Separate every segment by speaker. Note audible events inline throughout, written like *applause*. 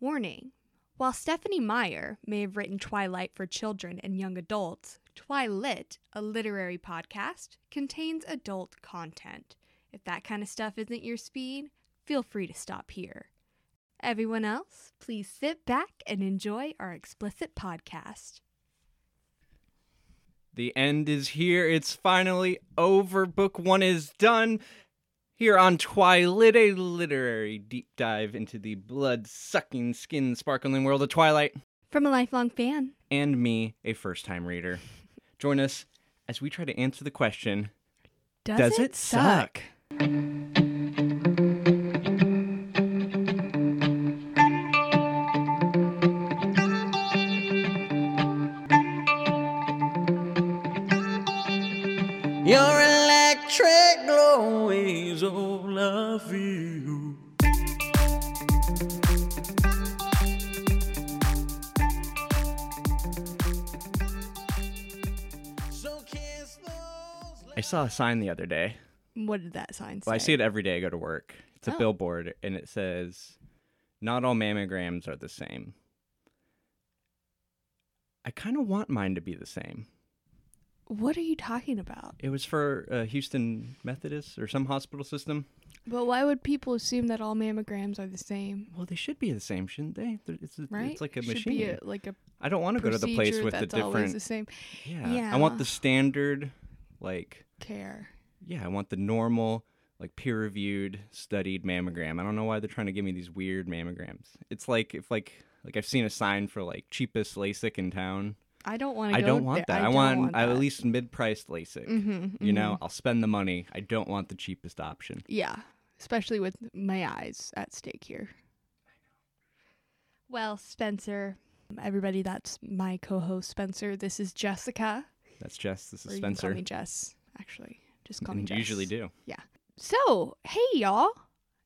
Speaker 1: Warning While Stephanie Meyer may have written Twilight for children and young adults, Twilit, a literary podcast, contains adult content. If that kind of stuff isn't your speed, feel free to stop here. Everyone else, please sit back and enjoy our explicit podcast.
Speaker 2: The end is here. It's finally over. Book one is done. Here on Twilight, a literary deep dive into the blood sucking, skin sparkling world of Twilight,
Speaker 1: From a lifelong fan,
Speaker 2: and me, a first time reader. Join us as we try to answer the question
Speaker 1: does,
Speaker 2: Does, it suck?
Speaker 3: Your electric glow is all I feel. So kiss those
Speaker 2: I saw a sign the other day.
Speaker 1: What did that sign say?
Speaker 2: Well, I see it every day I go to work. It's a
Speaker 1: Oh.
Speaker 2: billboard, and it says, "Not all mammograms are the same." I kind of want mine to be the same.
Speaker 1: What are you talking about?
Speaker 2: It was for uh, Houston Methodist or some hospital system.
Speaker 1: But why would people assume that all mammograms are the same?
Speaker 2: Well, they should be the same, shouldn't they? They're- It's, a-
Speaker 1: Right?
Speaker 2: it's like a
Speaker 1: It Should
Speaker 2: machine.
Speaker 1: be a, like a
Speaker 2: I don't want to go to the place
Speaker 1: procedure
Speaker 2: with the
Speaker 1: that's always
Speaker 2: different.
Speaker 1: the same
Speaker 2: yeah. I want
Speaker 1: Yeah.
Speaker 2: the standard, like
Speaker 1: care.
Speaker 2: yeah, I want the normal, like peer-reviewed, studied mammogram. I don't know why they're trying to give me these weird mammograms. It's like if like like I've seen a sign for like cheapest LASIK in town.
Speaker 1: I don't want to.
Speaker 2: I
Speaker 1: go
Speaker 2: don't want
Speaker 1: there.
Speaker 2: that. I,
Speaker 1: don't
Speaker 2: want,
Speaker 1: want
Speaker 2: I- at
Speaker 1: that.
Speaker 2: least mid-priced LASIK.
Speaker 1: Mhm,
Speaker 2: You know,
Speaker 1: mhm.
Speaker 2: I'll spend the money. I don't want the cheapest option.
Speaker 1: Yeah, especially with my eyes at stake here. Well, Spencer, everybody, that's my co-host Spencer. This is Jessica.
Speaker 2: That's Jess. This
Speaker 1: or
Speaker 2: is
Speaker 1: you can
Speaker 2: Spencer.
Speaker 1: call me Jess. Actually, just call me
Speaker 2: And
Speaker 1: Jess.
Speaker 2: you usually do.
Speaker 1: So, hey y'all.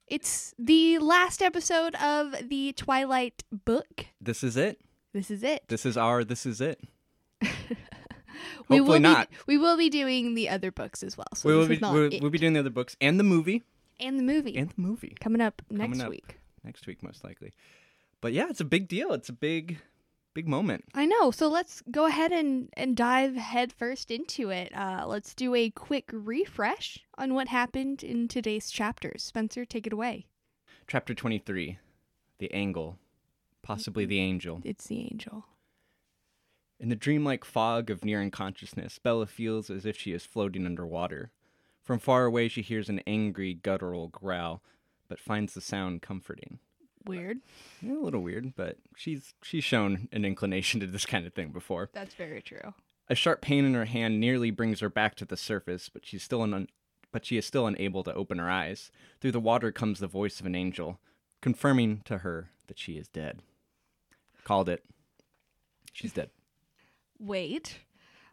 Speaker 1: It's the last episode of the Twilight book.
Speaker 2: This is it.
Speaker 1: This is it.
Speaker 2: This is our. This is it.
Speaker 1: we
Speaker 2: Hopefully
Speaker 1: will
Speaker 2: not.
Speaker 1: Be, we will be doing the other books as well. So
Speaker 2: we will
Speaker 1: this
Speaker 2: be,
Speaker 1: is not
Speaker 2: we'll,
Speaker 1: it.
Speaker 2: we'll be doing the other books and the movie
Speaker 1: and the movie
Speaker 2: and the movie
Speaker 1: coming up
Speaker 2: Coming
Speaker 1: next
Speaker 2: up.
Speaker 1: week.
Speaker 2: next week most likely. But yeah, it's a big deal. It's a big, big moment.
Speaker 1: I know. So let's go ahead and, and dive headfirst into it. Uh, let's do a quick refresh on what happened in today's chapters. Spencer, take it away.
Speaker 2: Chapter twenty three, the angle, possibly the angel.
Speaker 1: It's the angel.
Speaker 2: In the dreamlike fog of near unconsciousness, Bella feels as if she is floating underwater. From far away, she hears an angry guttural growl, but finds the sound comforting.
Speaker 1: Weird.
Speaker 2: Yeah, a little weird, but she's she's shown an inclination to this kind of thing before.
Speaker 1: That's very true.
Speaker 2: A sharp pain in her hand nearly brings her back to the surface, but she's still un- but she is still unable to open her eyes. Through the water comes the voice of an angel, confirming to her that she is dead. Called it. She's dead.
Speaker 1: Wait.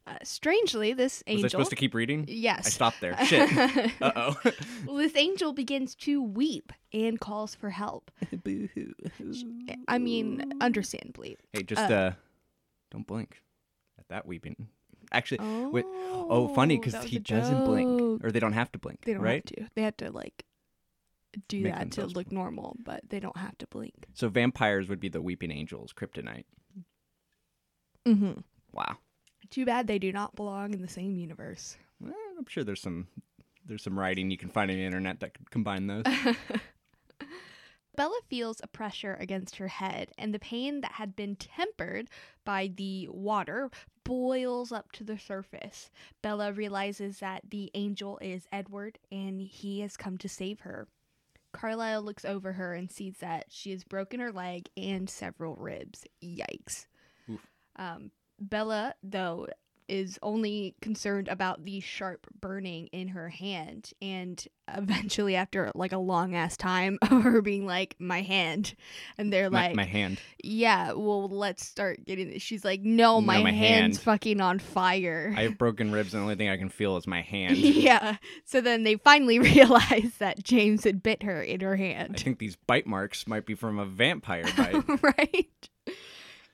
Speaker 1: Uh, strangely, this
Speaker 2: Was I
Speaker 1: angel.
Speaker 2: supposed to keep reading?
Speaker 1: yes. *laughs*
Speaker 2: I stopped there. Shit. uh oh.
Speaker 1: Well, this angel begins to weep and calls for
Speaker 2: *laughs*
Speaker 1: help. I mean, understandably.
Speaker 2: *laughs* hey, just uh, don't blink at that weeping. Actually,
Speaker 1: Oh,
Speaker 2: wait. Oh, funny because he doesn't blink, or they don't have to blink,
Speaker 1: They don't
Speaker 2: right?
Speaker 1: have to. They have to like do that
Speaker 2: Make
Speaker 1: to
Speaker 2: themselves
Speaker 1: look normal, but they don't have to blink.
Speaker 2: So vampires would be the weeping angels, kryptonite.
Speaker 1: Mm-hmm.
Speaker 2: Wow.
Speaker 1: Too bad they do not belong in the same universe.
Speaker 2: Well, Eh, I'm sure there's some there's some writing you can find on the internet that could combine
Speaker 1: *laughs*
Speaker 2: those.
Speaker 1: Bella feels a pressure against her head, and the pain that had been tempered by the water boils up to the surface. Bella realizes that the angel is Edward, and he has come to save her. Carlyle looks over her and sees that she has broken her leg and several ribs. Yikes.
Speaker 2: Oof.
Speaker 1: Um, Bella, though, is only concerned about the sharp burning in her hand and eventually after like a long ass time *laughs* of her being like my hand and they're
Speaker 2: my,
Speaker 1: like
Speaker 2: my hand.
Speaker 1: yeah well let's start getting this she's like no my,
Speaker 2: my
Speaker 1: hand's
Speaker 2: hand.
Speaker 1: fucking on fire *laughs*
Speaker 2: I have broken ribs, and the only thing I can feel is my hand.
Speaker 1: yeah so then they finally *laughs* realize that james had bit her in her
Speaker 2: I
Speaker 1: hand
Speaker 2: think these bite marks might be from
Speaker 1: *laughs*
Speaker 2: a vampire bite.
Speaker 1: right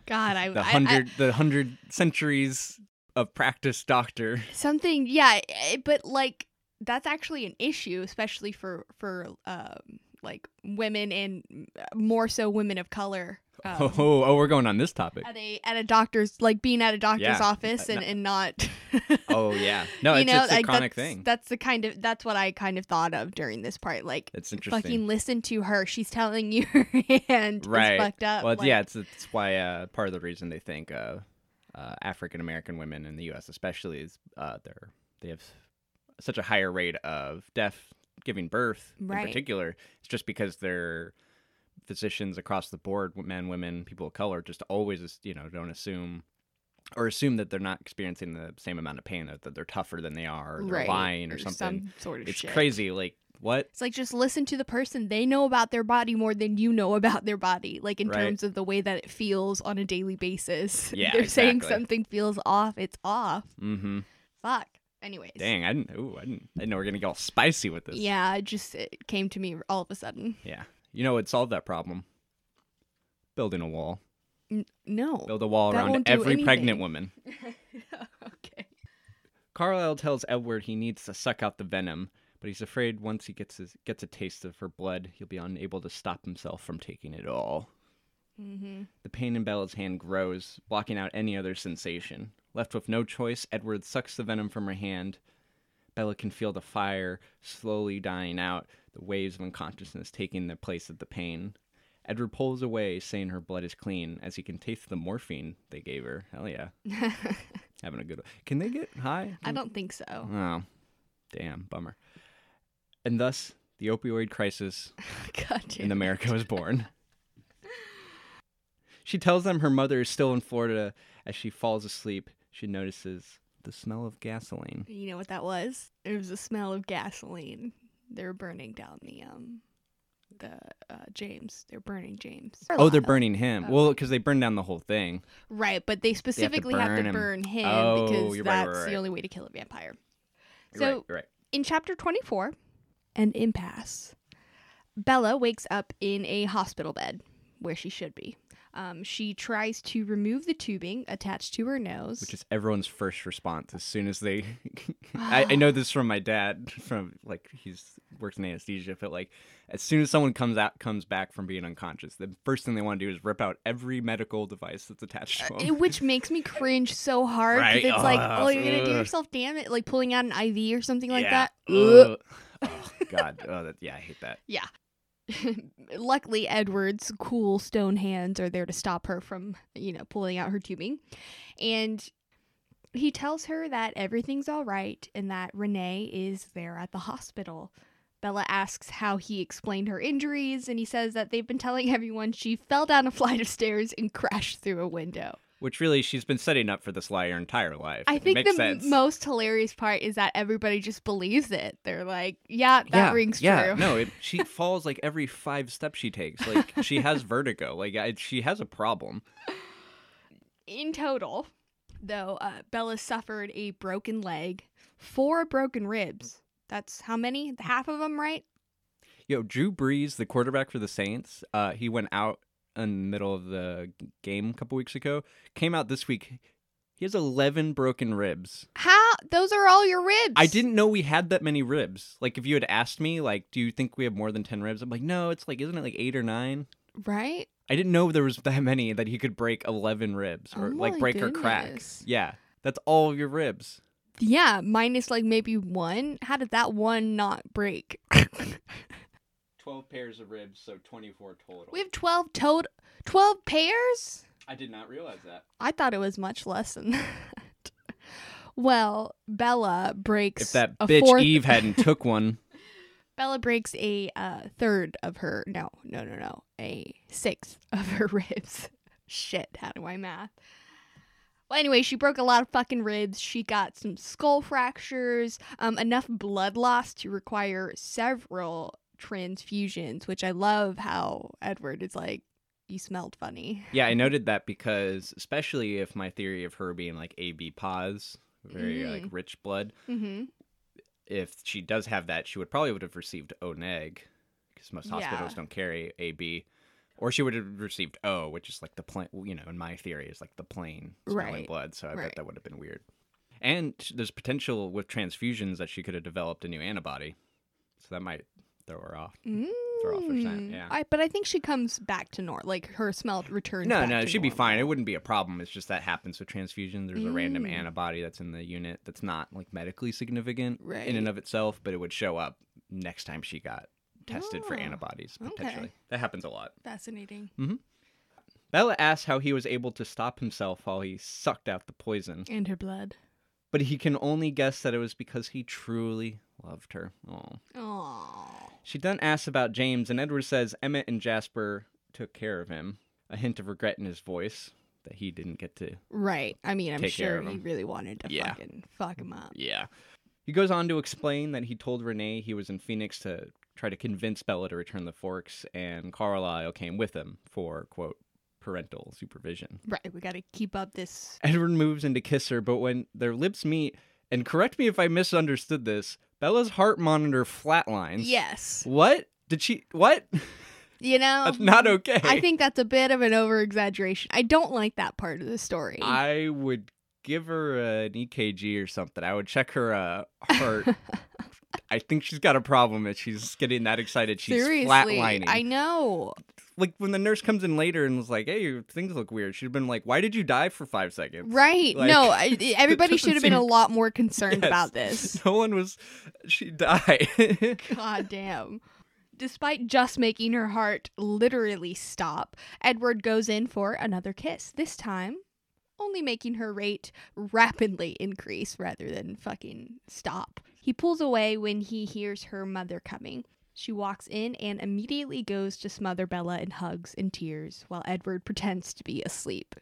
Speaker 1: god i
Speaker 2: the
Speaker 1: I- I-
Speaker 2: hundred the hundred centuries of practice doctor.
Speaker 1: something yeah eh, but like that's actually an issue especially for for um like women and mm, more so women of color. um,
Speaker 2: *laughs* Oh, oh, oh, we're going on this topic.
Speaker 1: At a at a doctor's like being at a doctor's
Speaker 2: Yeah.
Speaker 1: office
Speaker 2: Uh,
Speaker 1: and,
Speaker 2: no.
Speaker 1: and not *laughs*
Speaker 2: Oh yeah, no,
Speaker 1: you
Speaker 2: it's,
Speaker 1: know
Speaker 2: it's a
Speaker 1: like that's,
Speaker 2: chronic thing.
Speaker 1: that's the kind of that's what I kind of thought of during this part like
Speaker 2: It's interesting.
Speaker 1: fucking listen to her she's telling you *laughs* her hand
Speaker 2: right.
Speaker 1: is fucked up
Speaker 2: Well,
Speaker 1: Uh, like,
Speaker 2: yeah, it's, it's why uh, part of the reason they think uh, uh, African American women in the U.S. especially is uh, they're they have such a higher rate of deaf giving birth
Speaker 1: Right.
Speaker 2: in particular. It's just because they're physicians across the board, men, women, people of color, just always you know don't assume. Or assume that they're not experiencing the same amount of pain, or that they're tougher than they are, or they're
Speaker 1: right,
Speaker 2: lying, or, something.
Speaker 1: some sort of
Speaker 2: It's
Speaker 1: shit.
Speaker 2: crazy. Like what?
Speaker 1: It's like just listen to the person. They know about their body more than you know about their body, like in
Speaker 2: Right.
Speaker 1: terms of the way that it feels on a daily basis. *laughs*
Speaker 2: Yeah,
Speaker 1: They're saying
Speaker 2: exactly.
Speaker 1: something feels off, it's off.
Speaker 2: Mm-hmm.
Speaker 1: Fuck. Anyways.
Speaker 2: Dang, I didn't. Ooh, I didn't. I didn't know we are gonna get all spicy with this.
Speaker 1: Yeah, it just it came to me all of a sudden.
Speaker 2: Yeah. You know, it solved that problem. Building a wall.
Speaker 1: No.
Speaker 2: Build a wall
Speaker 1: That
Speaker 2: around
Speaker 1: won't do
Speaker 2: every
Speaker 1: anything.
Speaker 2: pregnant woman.
Speaker 1: okay.
Speaker 2: Carlyle tells Edward he needs to suck out the venom, but he's afraid once he gets his, gets a taste of her blood, he'll be unable to stop himself from taking it all.
Speaker 1: Mm-hmm.
Speaker 2: The pain in Bella's hand grows, blocking out any other sensation. Left with no choice, Edward sucks the venom from her hand. Bella can feel the fire slowly dying out, the waves of unconsciousness taking the place of the pain. Edward pulls away, saying her blood is clean, as he can taste the morphine they gave her.
Speaker 1: *laughs*
Speaker 2: Hell yeah. Having a good one. Can they get high?
Speaker 1: I don't think so.
Speaker 2: Oh, damn, bummer. And thus, the opioid crisis
Speaker 1: *laughs* God damn.
Speaker 2: Mm. in America was *laughs* born. she tells them her mother is still in Florida. As she falls asleep, she notices the smell of gasoline.
Speaker 1: You know what that was? It was the smell of gasoline. They were burning down the um, the uh, James. They're burning James.
Speaker 2: Oh,
Speaker 1: Carlisle.
Speaker 2: they're burning him.
Speaker 1: Oh.
Speaker 2: Well, because they burned down the whole thing.
Speaker 1: Right, but they specifically have
Speaker 2: burn
Speaker 1: to burn,
Speaker 2: him.
Speaker 1: him
Speaker 2: Oh,
Speaker 1: because
Speaker 2: you're right,
Speaker 1: that's
Speaker 2: right, right.
Speaker 1: the only way to kill a vampire.
Speaker 2: You're
Speaker 1: So
Speaker 2: right, you're right.
Speaker 1: in chapter 24, an impasse. Bella wakes up in a hospital bed where she should be. Um, she tries to remove the tubing attached to her nose.
Speaker 2: Which is everyone's first response as soon as they. *laughs* I, I *sighs* know this from my dad. From like he's works in anesthesia, but like as soon as someone comes out comes back from being unconscious, the first thing they want to do is rip out every medical device that's attached to *laughs*
Speaker 1: It-
Speaker 2: them.
Speaker 1: eh, which makes me cringe so hard 'cause
Speaker 2: Right,
Speaker 1: it's like,
Speaker 2: *laughs* ugh,
Speaker 1: oh, you're gonna do
Speaker 2: ugh.
Speaker 1: yourself, damn it! Like pulling out an IV or something like
Speaker 2: Yeah.
Speaker 1: that. Ugh.
Speaker 2: Ugh. Oh
Speaker 1: *laughs*
Speaker 2: God. Oh, that, yeah, I hate that.
Speaker 1: Yeah. *laughs* Luckily, Edward's cool stone hands are there to stop her from, you know, pulling out her tubing. And he tells her that everything's all right and that Renee is there at the hospital. Bella asks how he explained her injuries, and he says that they've been telling everyone she fell down a flight of stairs and crashed through a window.
Speaker 2: Which really, she's been setting up for this lie her entire life.
Speaker 1: I
Speaker 2: It
Speaker 1: think
Speaker 2: makes
Speaker 1: the m
Speaker 2: sense.
Speaker 1: most hilarious part is that everybody just believes it. They're like, yeah, that
Speaker 2: yeah,
Speaker 1: rings
Speaker 2: yeah,
Speaker 1: true.
Speaker 2: no, it,
Speaker 1: *laughs*
Speaker 2: she falls like every five steps she takes. Like she has vertigo. Like I, she has a problem.
Speaker 1: in total, though, uh, Bella suffered a broken leg, four broken ribs. That's how many? Half of them, right?
Speaker 2: Yo, Drew Brees, the quarterback for the Saints, uh, he went out in the middle of the g- game a couple weeks ago. Came out this week. He has eleven broken ribs.
Speaker 1: How? Those are all your ribs.
Speaker 2: I didn't know we had that many ribs. Like, if you had asked me, like, do you think we have more than ten ribs? I'm like, no. It's like, isn't it like eight or nine?
Speaker 1: Right?
Speaker 2: I didn't know there was *laughs* that many that he could break eleven ribs or
Speaker 1: Oh
Speaker 2: like
Speaker 1: my
Speaker 2: break or crack.
Speaker 1: goodness.
Speaker 2: Yeah, that's all your ribs.
Speaker 1: Yeah, minus like maybe one. How did that one not break? *laughs*
Speaker 2: Twelve pairs of ribs, so twenty-four total.
Speaker 1: we have 12 total. 12 pairs?
Speaker 2: I did not realize that.
Speaker 1: I thought it was much less than *laughs* that. Well, Bella breaks
Speaker 2: If that
Speaker 1: a
Speaker 2: bitch
Speaker 1: fourth *laughs*
Speaker 2: Eve hadn't took one,
Speaker 1: Bella breaks a uh, third of her, no, no, no, no, a sixth *laughs* of her ribs. Shit, how do I math? Well, anyway, she broke a lot of fucking ribs. She got some skull fractures, um, enough blood loss to require several transfusions, which I love how Edward is like, you smelled funny.
Speaker 2: yeah, I noted that because especially if my theory of her being like AB pos, very like
Speaker 1: Mm.
Speaker 2: rich blood,
Speaker 1: Mm-hmm.
Speaker 2: if she does have that, she would probably would have received O neg, because most hospitals
Speaker 1: Yeah.
Speaker 2: don't carry AB, or she would have received O, which is like the plain, you know, in my theory is like the plain smelling
Speaker 1: Right.
Speaker 2: blood. So I bet
Speaker 1: Right.
Speaker 2: that would have been weird. And sh- there's potential with transfusions that she could have developed a new antibody, so that might throw her off.
Speaker 1: Mm,
Speaker 2: they're all fish scent. Yeah.
Speaker 1: I, but I think she comes back to normal. Like her smell returns.
Speaker 2: no,
Speaker 1: back
Speaker 2: no,
Speaker 1: to
Speaker 2: she'd be
Speaker 1: normal.
Speaker 2: fine. It wouldn't be a problem. It's just that happens with transfusion. There's a random
Speaker 1: Mm.
Speaker 2: antibody that's in the unit that's not like medically significant in
Speaker 1: Right.
Speaker 2: and of itself, but it would show up next time she got tested for
Speaker 1: Ah,
Speaker 2: antibodies
Speaker 1: okay.
Speaker 2: potentially. That happens a lot.
Speaker 1: Fascinating.
Speaker 2: Bella asks how he was able to stop himself while he sucked out the poison,
Speaker 1: And her blood.
Speaker 2: but he can only guess that it was because he truly loved her. Aw.
Speaker 1: Oh.
Speaker 2: She then asks about James, and Edward says Emmett and Jasper took care of him. A hint of regret in his voice that he didn't get to.
Speaker 1: Right. I mean, I'm
Speaker 2: Take care
Speaker 1: sure
Speaker 2: of
Speaker 1: he
Speaker 2: him.
Speaker 1: really wanted to
Speaker 2: Yeah.
Speaker 1: fucking fuck him up.
Speaker 2: Yeah. He goes on to explain that he told Renee he was in Phoenix to try to convince Bella to return the forks, and Carlisle came with him for, quote, parental supervision.
Speaker 1: Right. We got to keep up this.
Speaker 2: Edward moves in to kiss her, but when their lips meet, and correct me if I misunderstood this, Bella's heart monitor flatlines.
Speaker 1: Yes.
Speaker 2: What? Did she. What? *laughs*
Speaker 1: You know.
Speaker 2: That's not okay.
Speaker 1: Um, I think that's a bit of an over exaggeration. I don't like that part of the story.
Speaker 2: I would give her an EKG or something. I would check her uh,
Speaker 1: *laughs*
Speaker 2: heart. I think she's got a problem if she's getting that excited. She's
Speaker 1: Seriously,
Speaker 2: flatlining.
Speaker 1: I know.
Speaker 2: Like when the nurse comes in later and was like, "Hey, things look weird." She'd have been like, "Why did you die for five seconds?"
Speaker 1: Right.
Speaker 2: Like,
Speaker 1: no, I-
Speaker 2: *laughs*
Speaker 1: everybody
Speaker 2: doesn't
Speaker 1: should have been a
Speaker 2: seem-
Speaker 1: lot more concerned
Speaker 2: Yes. *laughs*
Speaker 1: about this.
Speaker 2: No one was. She died. *laughs*
Speaker 1: God damn. Despite just making her heart literally stop, Edward goes in for another kiss, this time only making her rate rapidly increase rather than fucking stop. He pulls away when he hears her mother coming. She walks in and immediately goes to smother Bella in hugs and tears while Edward pretends to be asleep.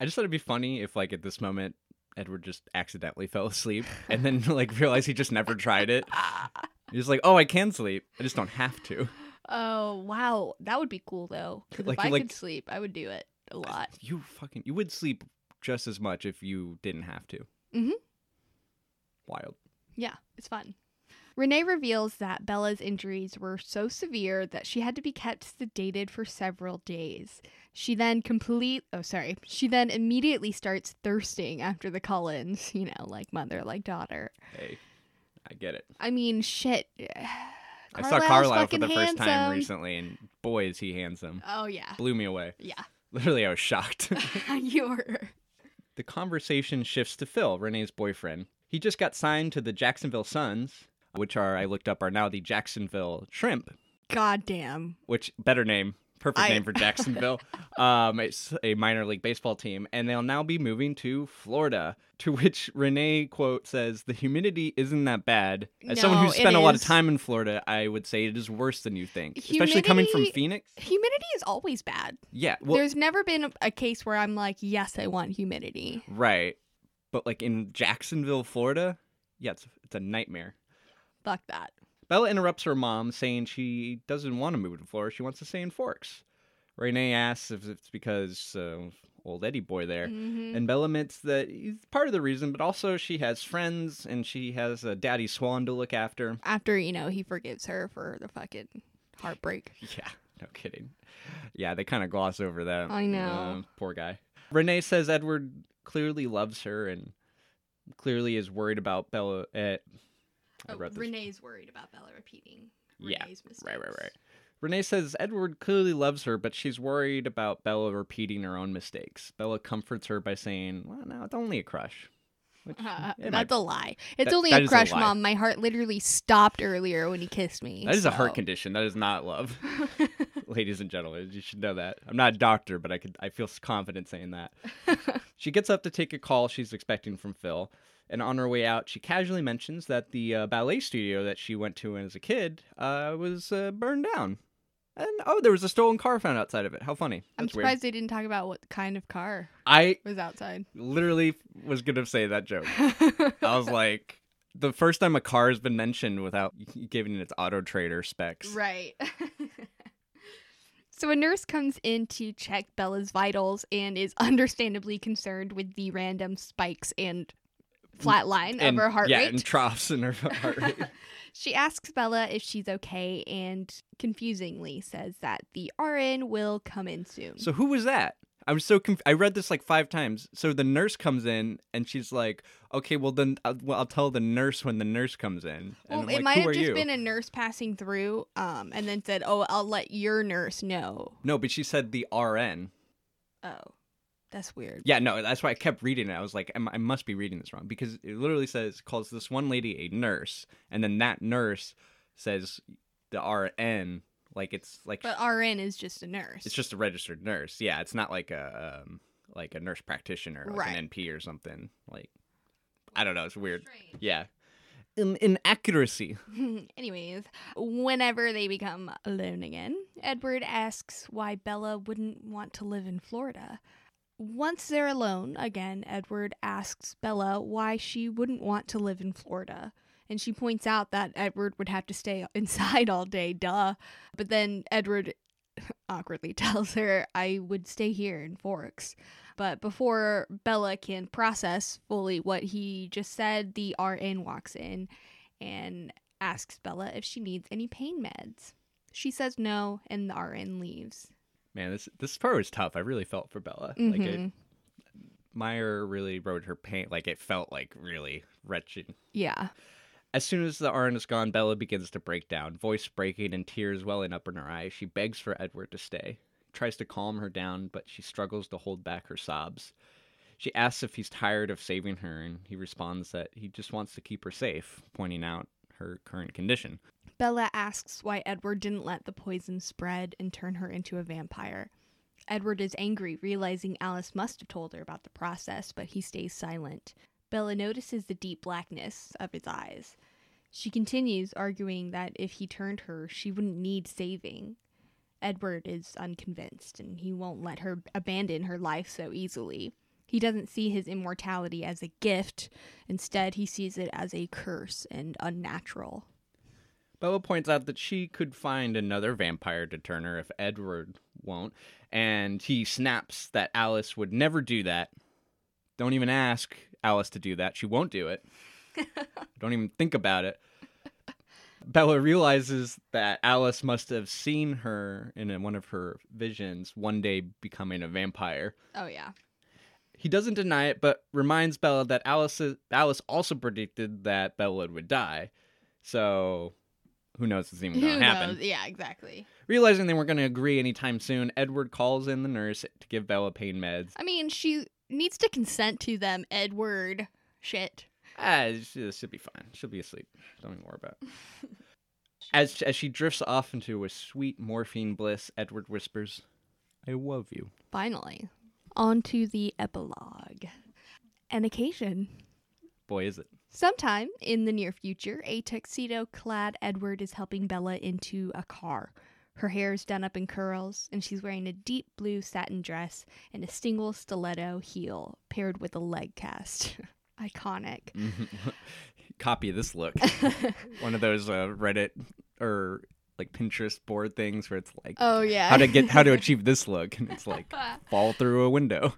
Speaker 2: I just thought it'd be funny if, like, at this moment, Edward just accidentally *laughs* fell asleep and then, *laughs* like, realized he just never tried it. He's like, "Oh, I can sleep. I just don't have to."
Speaker 1: Oh, wow. That would be cool though. 'cause
Speaker 2: Like-
Speaker 1: if I
Speaker 2: like-
Speaker 1: could sleep, I would do it a
Speaker 2: I-
Speaker 1: lot.
Speaker 2: You fucking you would sleep just as much if you didn't have to.
Speaker 1: Mhm.
Speaker 2: Wild.
Speaker 1: Yeah, it's fun. Renee reveals that Bella's injuries were so severe that she had to be kept sedated for several days. She then complete oh sorry, she then immediately starts thirsting after the Cullens, you know, like mother, like daughter.
Speaker 2: Hey, I get it.
Speaker 1: I mean, shit.
Speaker 2: I saw
Speaker 1: Carlyle's
Speaker 2: Carlisle for
Speaker 1: fucking
Speaker 2: the first time
Speaker 1: handsome.
Speaker 2: recently, and boy is he handsome.
Speaker 1: Oh yeah,
Speaker 2: Blew me away. *laughs*
Speaker 1: yeah. *laughs*
Speaker 2: Literally, I was shocked. *laughs*
Speaker 1: you were
Speaker 2: the conversation shifts to Phil, Renee's boyfriend. He just got signed to the Jacksonville Suns, which are I looked up are now the Jacksonville Shrimp,
Speaker 1: goddamn.
Speaker 2: which better name perfect
Speaker 1: I-
Speaker 2: name
Speaker 1: *laughs*
Speaker 2: for jacksonville um it's a minor league baseball team and they'll now be moving to florida to which renee quote says the humidity isn't that bad as someone
Speaker 1: No,
Speaker 2: who's
Speaker 1: it
Speaker 2: spent a lot of
Speaker 1: is.
Speaker 2: time in florida i would say it is worse than you think especially coming from
Speaker 1: Humidity-
Speaker 2: phoenix
Speaker 1: Humidity is always bad.
Speaker 2: yeah well
Speaker 1: There's never been a- a case where I'm like, yes, I want humidity.
Speaker 2: right but like in jacksonville florida yeah it's, it's a nightmare
Speaker 1: Fuck that.
Speaker 2: Bella interrupts her mom, saying she doesn't want to move to Florida. She wants to stay in Forks. Renee asks if it's because of old Eddie boy there.
Speaker 1: Mhm.
Speaker 2: And Bella admits that he's part of the reason, but also she has friends and she has a daddy swan to look after. *laughs*
Speaker 1: after you know he forgives her for the fucking heartbreak.
Speaker 2: Yeah, no kidding. Yeah, they kind of gloss over that.
Speaker 1: I know.
Speaker 2: Uh, poor guy. Renee says Edward clearly loves her and clearly is worried about Bella. Uh,
Speaker 1: Oh,
Speaker 2: I wrote this
Speaker 1: Renee's worried about Bella repeating.
Speaker 2: Yeah, Renee's Right, right,
Speaker 1: *laughs*
Speaker 2: right. Renee says Edward clearly loves her, but she's worried about Bella repeating her own mistakes. Bella comforts her by saying, Well, no, it's only a crush. Which, it might-
Speaker 1: Uh, that's a lie. It's
Speaker 2: That-
Speaker 1: only
Speaker 2: that
Speaker 1: a
Speaker 2: is a
Speaker 1: crush,
Speaker 2: lie.
Speaker 1: mom. My heart literally stopped earlier when he kissed me.
Speaker 2: that is a
Speaker 1: *laughs*
Speaker 2: heart
Speaker 1: so-
Speaker 2: condition. That is not love, *laughs* ladies and gentlemen. You should know that. I'm not a doctor, but I could. I feel confident saying that. she gets up to take a call she's expecting from Phil, and on her way out, she casually mentions that the uh, ballet studio that she went to as a kid uh, was uh, burned down, and oh, there was a stolen car found outside of it. How funny!
Speaker 1: I'm
Speaker 2: That's weird.
Speaker 1: surprised they didn't talk about what kind of car
Speaker 2: I
Speaker 1: was outside.
Speaker 2: *laughs* literally was gonna say that joke.
Speaker 1: *laughs*
Speaker 2: I was like, the first time a car has been mentioned without giving it its auto trader specs.
Speaker 1: Right. *laughs* so a nurse comes in to check Bella's vitals and is understandably concerned with the random spikes and flat line of her heart
Speaker 2: yeah,
Speaker 1: rate.
Speaker 2: and troughs in her *laughs* heart
Speaker 1: *laughs*
Speaker 2: rate.
Speaker 1: she asks Bella if she's okay and confusingly says that the RN will come in soon.
Speaker 2: so who was that? I was so conf- I read this like five times. So the nurse comes in and she's like, "Okay, well then I'll, well, I'll tell the nurse when the nurse comes in." And
Speaker 1: Well,
Speaker 2: I'm
Speaker 1: it
Speaker 2: like,
Speaker 1: might
Speaker 2: "Who
Speaker 1: have
Speaker 2: are
Speaker 1: just
Speaker 2: you?"
Speaker 1: been a nurse passing through, um, and then said, "Oh, I'll let your nurse know."
Speaker 2: No, but she said the RN.
Speaker 1: Oh, that's weird.
Speaker 2: Yeah, no, that's why I kept reading it. I was like, "Am- I must be reading this wrong because it literally says calls this one lady a nurse, and then that nurse says the RN, like it's like
Speaker 1: But RN is just a nurse.
Speaker 2: it's just a registered nurse. Yeah, it's not like a um, like a nurse practitioner, like
Speaker 1: Right.
Speaker 2: an NP or something. Like I don't know, it's weird. Yeah, in inaccuracy.
Speaker 1: *laughs* Anyways, whenever they become alone again, Edward asks why Bella wouldn't want to live in Florida. Once they're alone again, Edward asks Bella why she wouldn't want to live in Florida. And she points out that Edward would have to stay *laughs* inside all day, duh. But then Edward *laughs* awkwardly tells her, I would stay here in Forks. But before Bella can process fully what he just said, the RN walks in and asks Bella if she needs any pain meds. She says no, and the RN leaves.
Speaker 2: Man, this this part was tough. I really felt for Bella. Like
Speaker 1: Mhm.
Speaker 2: it, Meyer really rode her pain. Like it felt like really wretched.
Speaker 1: Yeah.
Speaker 2: As soon as the RN is gone, Bella begins to break down, voice breaking and tears welling up in her eyes. She begs for Edward to stay. Tries to calm her down, but she struggles to hold back her sobs. She asks if he's tired of saving her, and he responds that he just wants to keep her safe, pointing out her current condition.
Speaker 1: Bella asks why Edward didn't let the poison spread and turn her into a vampire. Edward is angry, realizing Alice must have told her about the process, but he stays silent. Bella notices the deep blackness of his eyes. She continues, arguing that if he turned her, she wouldn't need saving. Edward is unconvinced, and he won't let her abandon her life so easily. He doesn't see his immortality as a gift, instead, he sees it as a curse and unnatural.
Speaker 2: Bella points out that she could find another vampire to turn her if Edward won't, and he snaps that Alice would never do that. Don't even ask Alice to do that. She won't do it. Don't even think about it. Bella realizes that Alice must have seen her in a- one of her visions one day becoming a vampire.
Speaker 1: Oh yeah.
Speaker 2: He doesn't deny it, but reminds Bella that Alice Alice also predicted that Bella would die. So, who knows? It's even going to happen.
Speaker 1: Yeah, exactly.
Speaker 2: Realizing they weren't going to agree anytime soon, Edward calls in the nurse to give Bella pain meds.
Speaker 1: I mean, she needs to consent to them, Edward. Shit. *laughs*
Speaker 2: Ah, she she'll be fine. She'll be asleep. Don't even worry about it. as, as she drifts off into a sweet morphine bliss, Edward whispers, I love you.
Speaker 1: Finally. On to the epilogue. An occasion.
Speaker 2: Boy, is it. *laughs*
Speaker 1: Sometime in the near future, a tuxedo clad Edward is helping Bella into a car. Her hair is done up in curls, and she's wearing a deep blue satin dress and a single stiletto heel paired with a leg cast. *laughs* Iconic.
Speaker 2: Copy this *laughs* look. One of those uh, Reddit or like Pinterest board things where it's like,
Speaker 1: *laughs* Oh, yeah.
Speaker 2: how
Speaker 1: *laughs*
Speaker 2: to get how to achieve this look and it's like fall through a window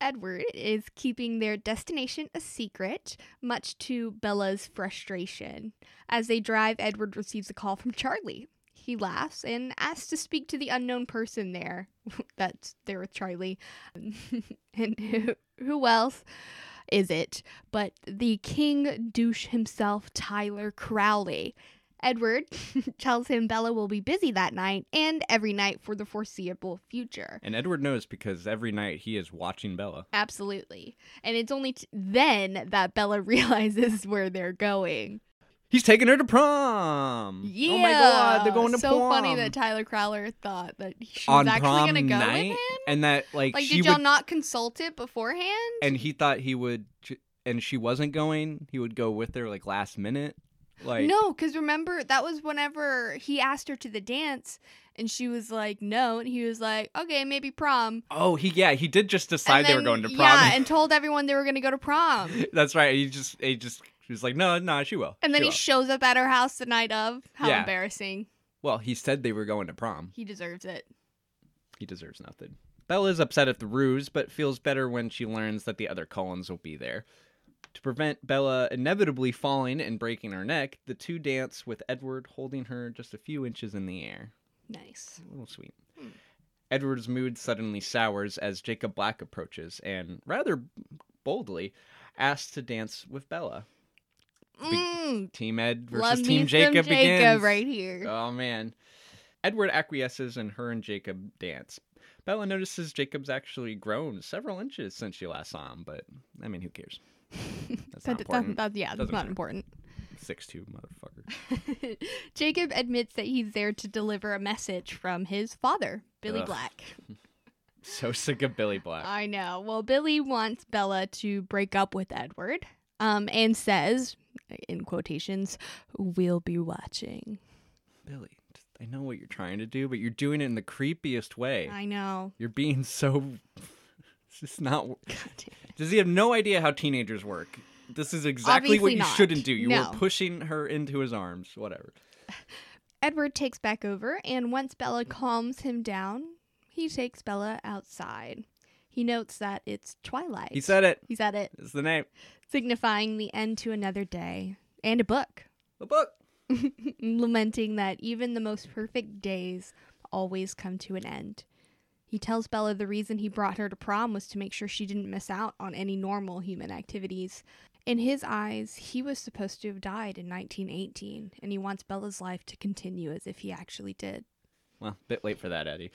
Speaker 1: Edward is keeping their destination a secret, much to Bella's frustration. As they drive, Edward receives a call from Charlie. He laughs and asks to speak to the unknown person there. *laughs* That's there with Charlie. *laughs* and who, who else is it but the king douche himself, Tyler Crowley? Edward *laughs* tells him Bella will be busy that night and every night for the foreseeable future.
Speaker 2: and edward knows because every night he is watching bella
Speaker 1: Absolutely. And it's only t- then that Bella *laughs* realizes where they're going.
Speaker 2: He's taking her to prom.
Speaker 1: Yeah.
Speaker 2: Oh my god, they're going to
Speaker 1: so
Speaker 2: prom.
Speaker 1: funny that Tyler Crowler thought that she was
Speaker 2: on
Speaker 1: actually
Speaker 2: prom
Speaker 1: going to go
Speaker 2: night,
Speaker 1: with him.
Speaker 2: and that like,
Speaker 1: Like,
Speaker 2: she
Speaker 1: did y'all
Speaker 2: would,
Speaker 1: not consult it beforehand?
Speaker 2: and he thought he would, j- and she wasn't going. He would go with her like last minute. Like
Speaker 1: no, because remember, that was whenever he asked her to the dance, and she was like, no. And he was like, okay, maybe prom.
Speaker 2: Oh, he yeah, he did just decide
Speaker 1: And
Speaker 2: they were
Speaker 1: then-
Speaker 2: going to prom.
Speaker 1: Yeah, and told everyone they were going to go to prom.
Speaker 2: *laughs* That's right. He just he just he was like, no, no, she will.
Speaker 1: And then
Speaker 2: she
Speaker 1: he
Speaker 2: will."
Speaker 1: shows up at her house the night of. How
Speaker 2: Yeah.
Speaker 1: embarrassing.
Speaker 2: well, he said they were going to prom.
Speaker 1: He deserves it.
Speaker 2: He deserves nothing. Bella is upset at the ruse, but feels better when she learns that the other Collins will be there. To prevent Bella inevitably falling and breaking her neck, the two dance with Edward holding her just a few inches in the air.
Speaker 1: Nice.
Speaker 2: A little sweet. Edward's mood suddenly sours as Jacob Black approaches and, rather boldly, asks to dance with Bella.
Speaker 1: Mm,
Speaker 2: Team Ed versus
Speaker 1: love
Speaker 2: Team
Speaker 1: me
Speaker 2: Jacob,
Speaker 1: some
Speaker 2: begins.
Speaker 1: Jacob right here.
Speaker 2: Oh man. Edward acquiesces and her and Jacob dance. Bella notices Jacob's actually grown several inches since she last saw him, but I mean,
Speaker 1: *laughs*
Speaker 2: who cares? That's
Speaker 1: That-
Speaker 2: not
Speaker 1: that-
Speaker 2: important.
Speaker 1: that- yeah, that's
Speaker 2: Doesn't
Speaker 1: not
Speaker 2: matter.
Speaker 1: important. *laughs*
Speaker 2: Six two motherfucker.
Speaker 1: Jacob admits that he's there to deliver a message from his father, Billy
Speaker 2: Ugh.
Speaker 1: Black.
Speaker 2: So sick of Billy Black.
Speaker 1: I know. Well, Billy wants Bella to break up with Edward um, and says, in quotations, we'll be watching.
Speaker 2: Billy, just- I know what you're trying to do, but you're doing it in the creepiest way.
Speaker 1: I know.
Speaker 2: You're being so. *laughs* It's just not.
Speaker 1: *laughs* God damn it.
Speaker 2: Does he have no idea how teenagers work? This is exactly what
Speaker 1: Obviously
Speaker 2: you
Speaker 1: not.
Speaker 2: shouldn't do. You
Speaker 1: No.
Speaker 2: were pushing her into his arms. Whatever.
Speaker 1: Edward takes back over, and once Bella calms him down, he takes Bella outside. He notes that it's twilight.
Speaker 2: He said it.
Speaker 1: He's at it,
Speaker 2: It's the name.
Speaker 1: signifying the end to another day and a book. *laughs*
Speaker 2: The book.
Speaker 1: lamenting that even the most perfect days always come to an end. He tells Bella the reason he brought her to prom was to make sure she didn't miss out on any normal human activities. In his eyes, he was supposed to have died in 1918, and he wants Bella's life to continue as if he actually did.
Speaker 2: Well, bit late for that, Eddie.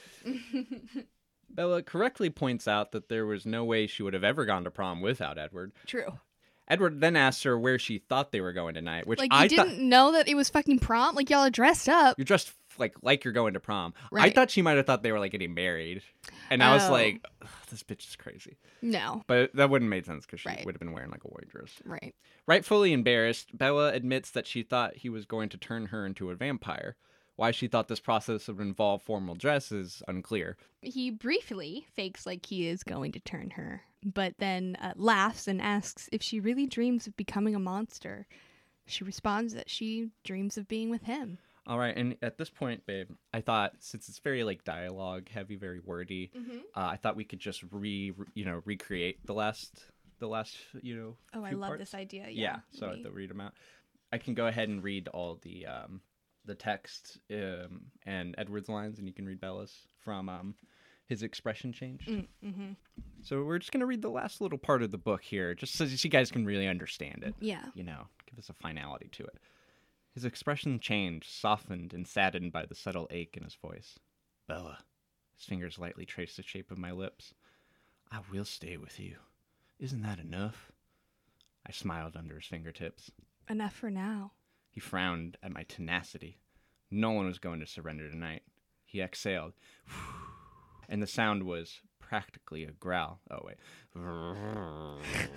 Speaker 2: *laughs* Bella correctly points out that there was no way she would have ever gone to prom without Edward.
Speaker 1: True.
Speaker 2: Edward then asks her where she thought they were going tonight, which
Speaker 1: Like, you
Speaker 2: I
Speaker 1: didn't
Speaker 2: thought
Speaker 1: know that it was fucking prom? Like, y'all are dressed up.
Speaker 2: you're dressed like like you're going to prom. I
Speaker 1: Right.
Speaker 2: thought she might have thought they were like getting married, and I was
Speaker 1: Oh.
Speaker 2: like, "Ugh, this bitch is crazy.
Speaker 1: No.
Speaker 2: But that wouldn't make sense because she
Speaker 1: Right.
Speaker 2: would have been wearing like a white dress.
Speaker 1: Right.
Speaker 2: Rightfully embarrassed, Bella admits that she thought he was going to turn her into a vampire. Why she thought this process would involve formal dress is unclear.
Speaker 1: He briefly fakes like he is going to turn her, but then uh, laughs and asks if she really dreams of becoming a monster. She responds that she dreams of being with him.
Speaker 2: All right, and at this point, babe, I thought since it's very like dialogue heavy, very wordy, uh, I thought we could just re, re- you know, recreate the last, the last, you know.
Speaker 1: Oh, I
Speaker 2: few
Speaker 1: love
Speaker 2: parts.
Speaker 1: this idea. Yeah.
Speaker 2: Yeah, so I
Speaker 1: me-
Speaker 2: have to read them out. I can go ahead and read all the um, the text um, and Edward's lines, and you can read Bella's from um, his expression change.
Speaker 1: mhm.
Speaker 2: So we're just gonna read the last little part of the book here, just so that you guys can really understand it
Speaker 1: yeah.
Speaker 2: you know, give us a finality to it. His expression changed, softened and saddened by the subtle ache in his voice. Bella. His fingers lightly traced the shape of my lips. I will stay with you. Isn't that enough? I smiled under his fingertips.
Speaker 1: Enough for now.
Speaker 2: He frowned at my tenacity. No one was going to surrender tonight. He exhaled, *sighs* and the sound was practically a growl. Oh, wait. *laughs*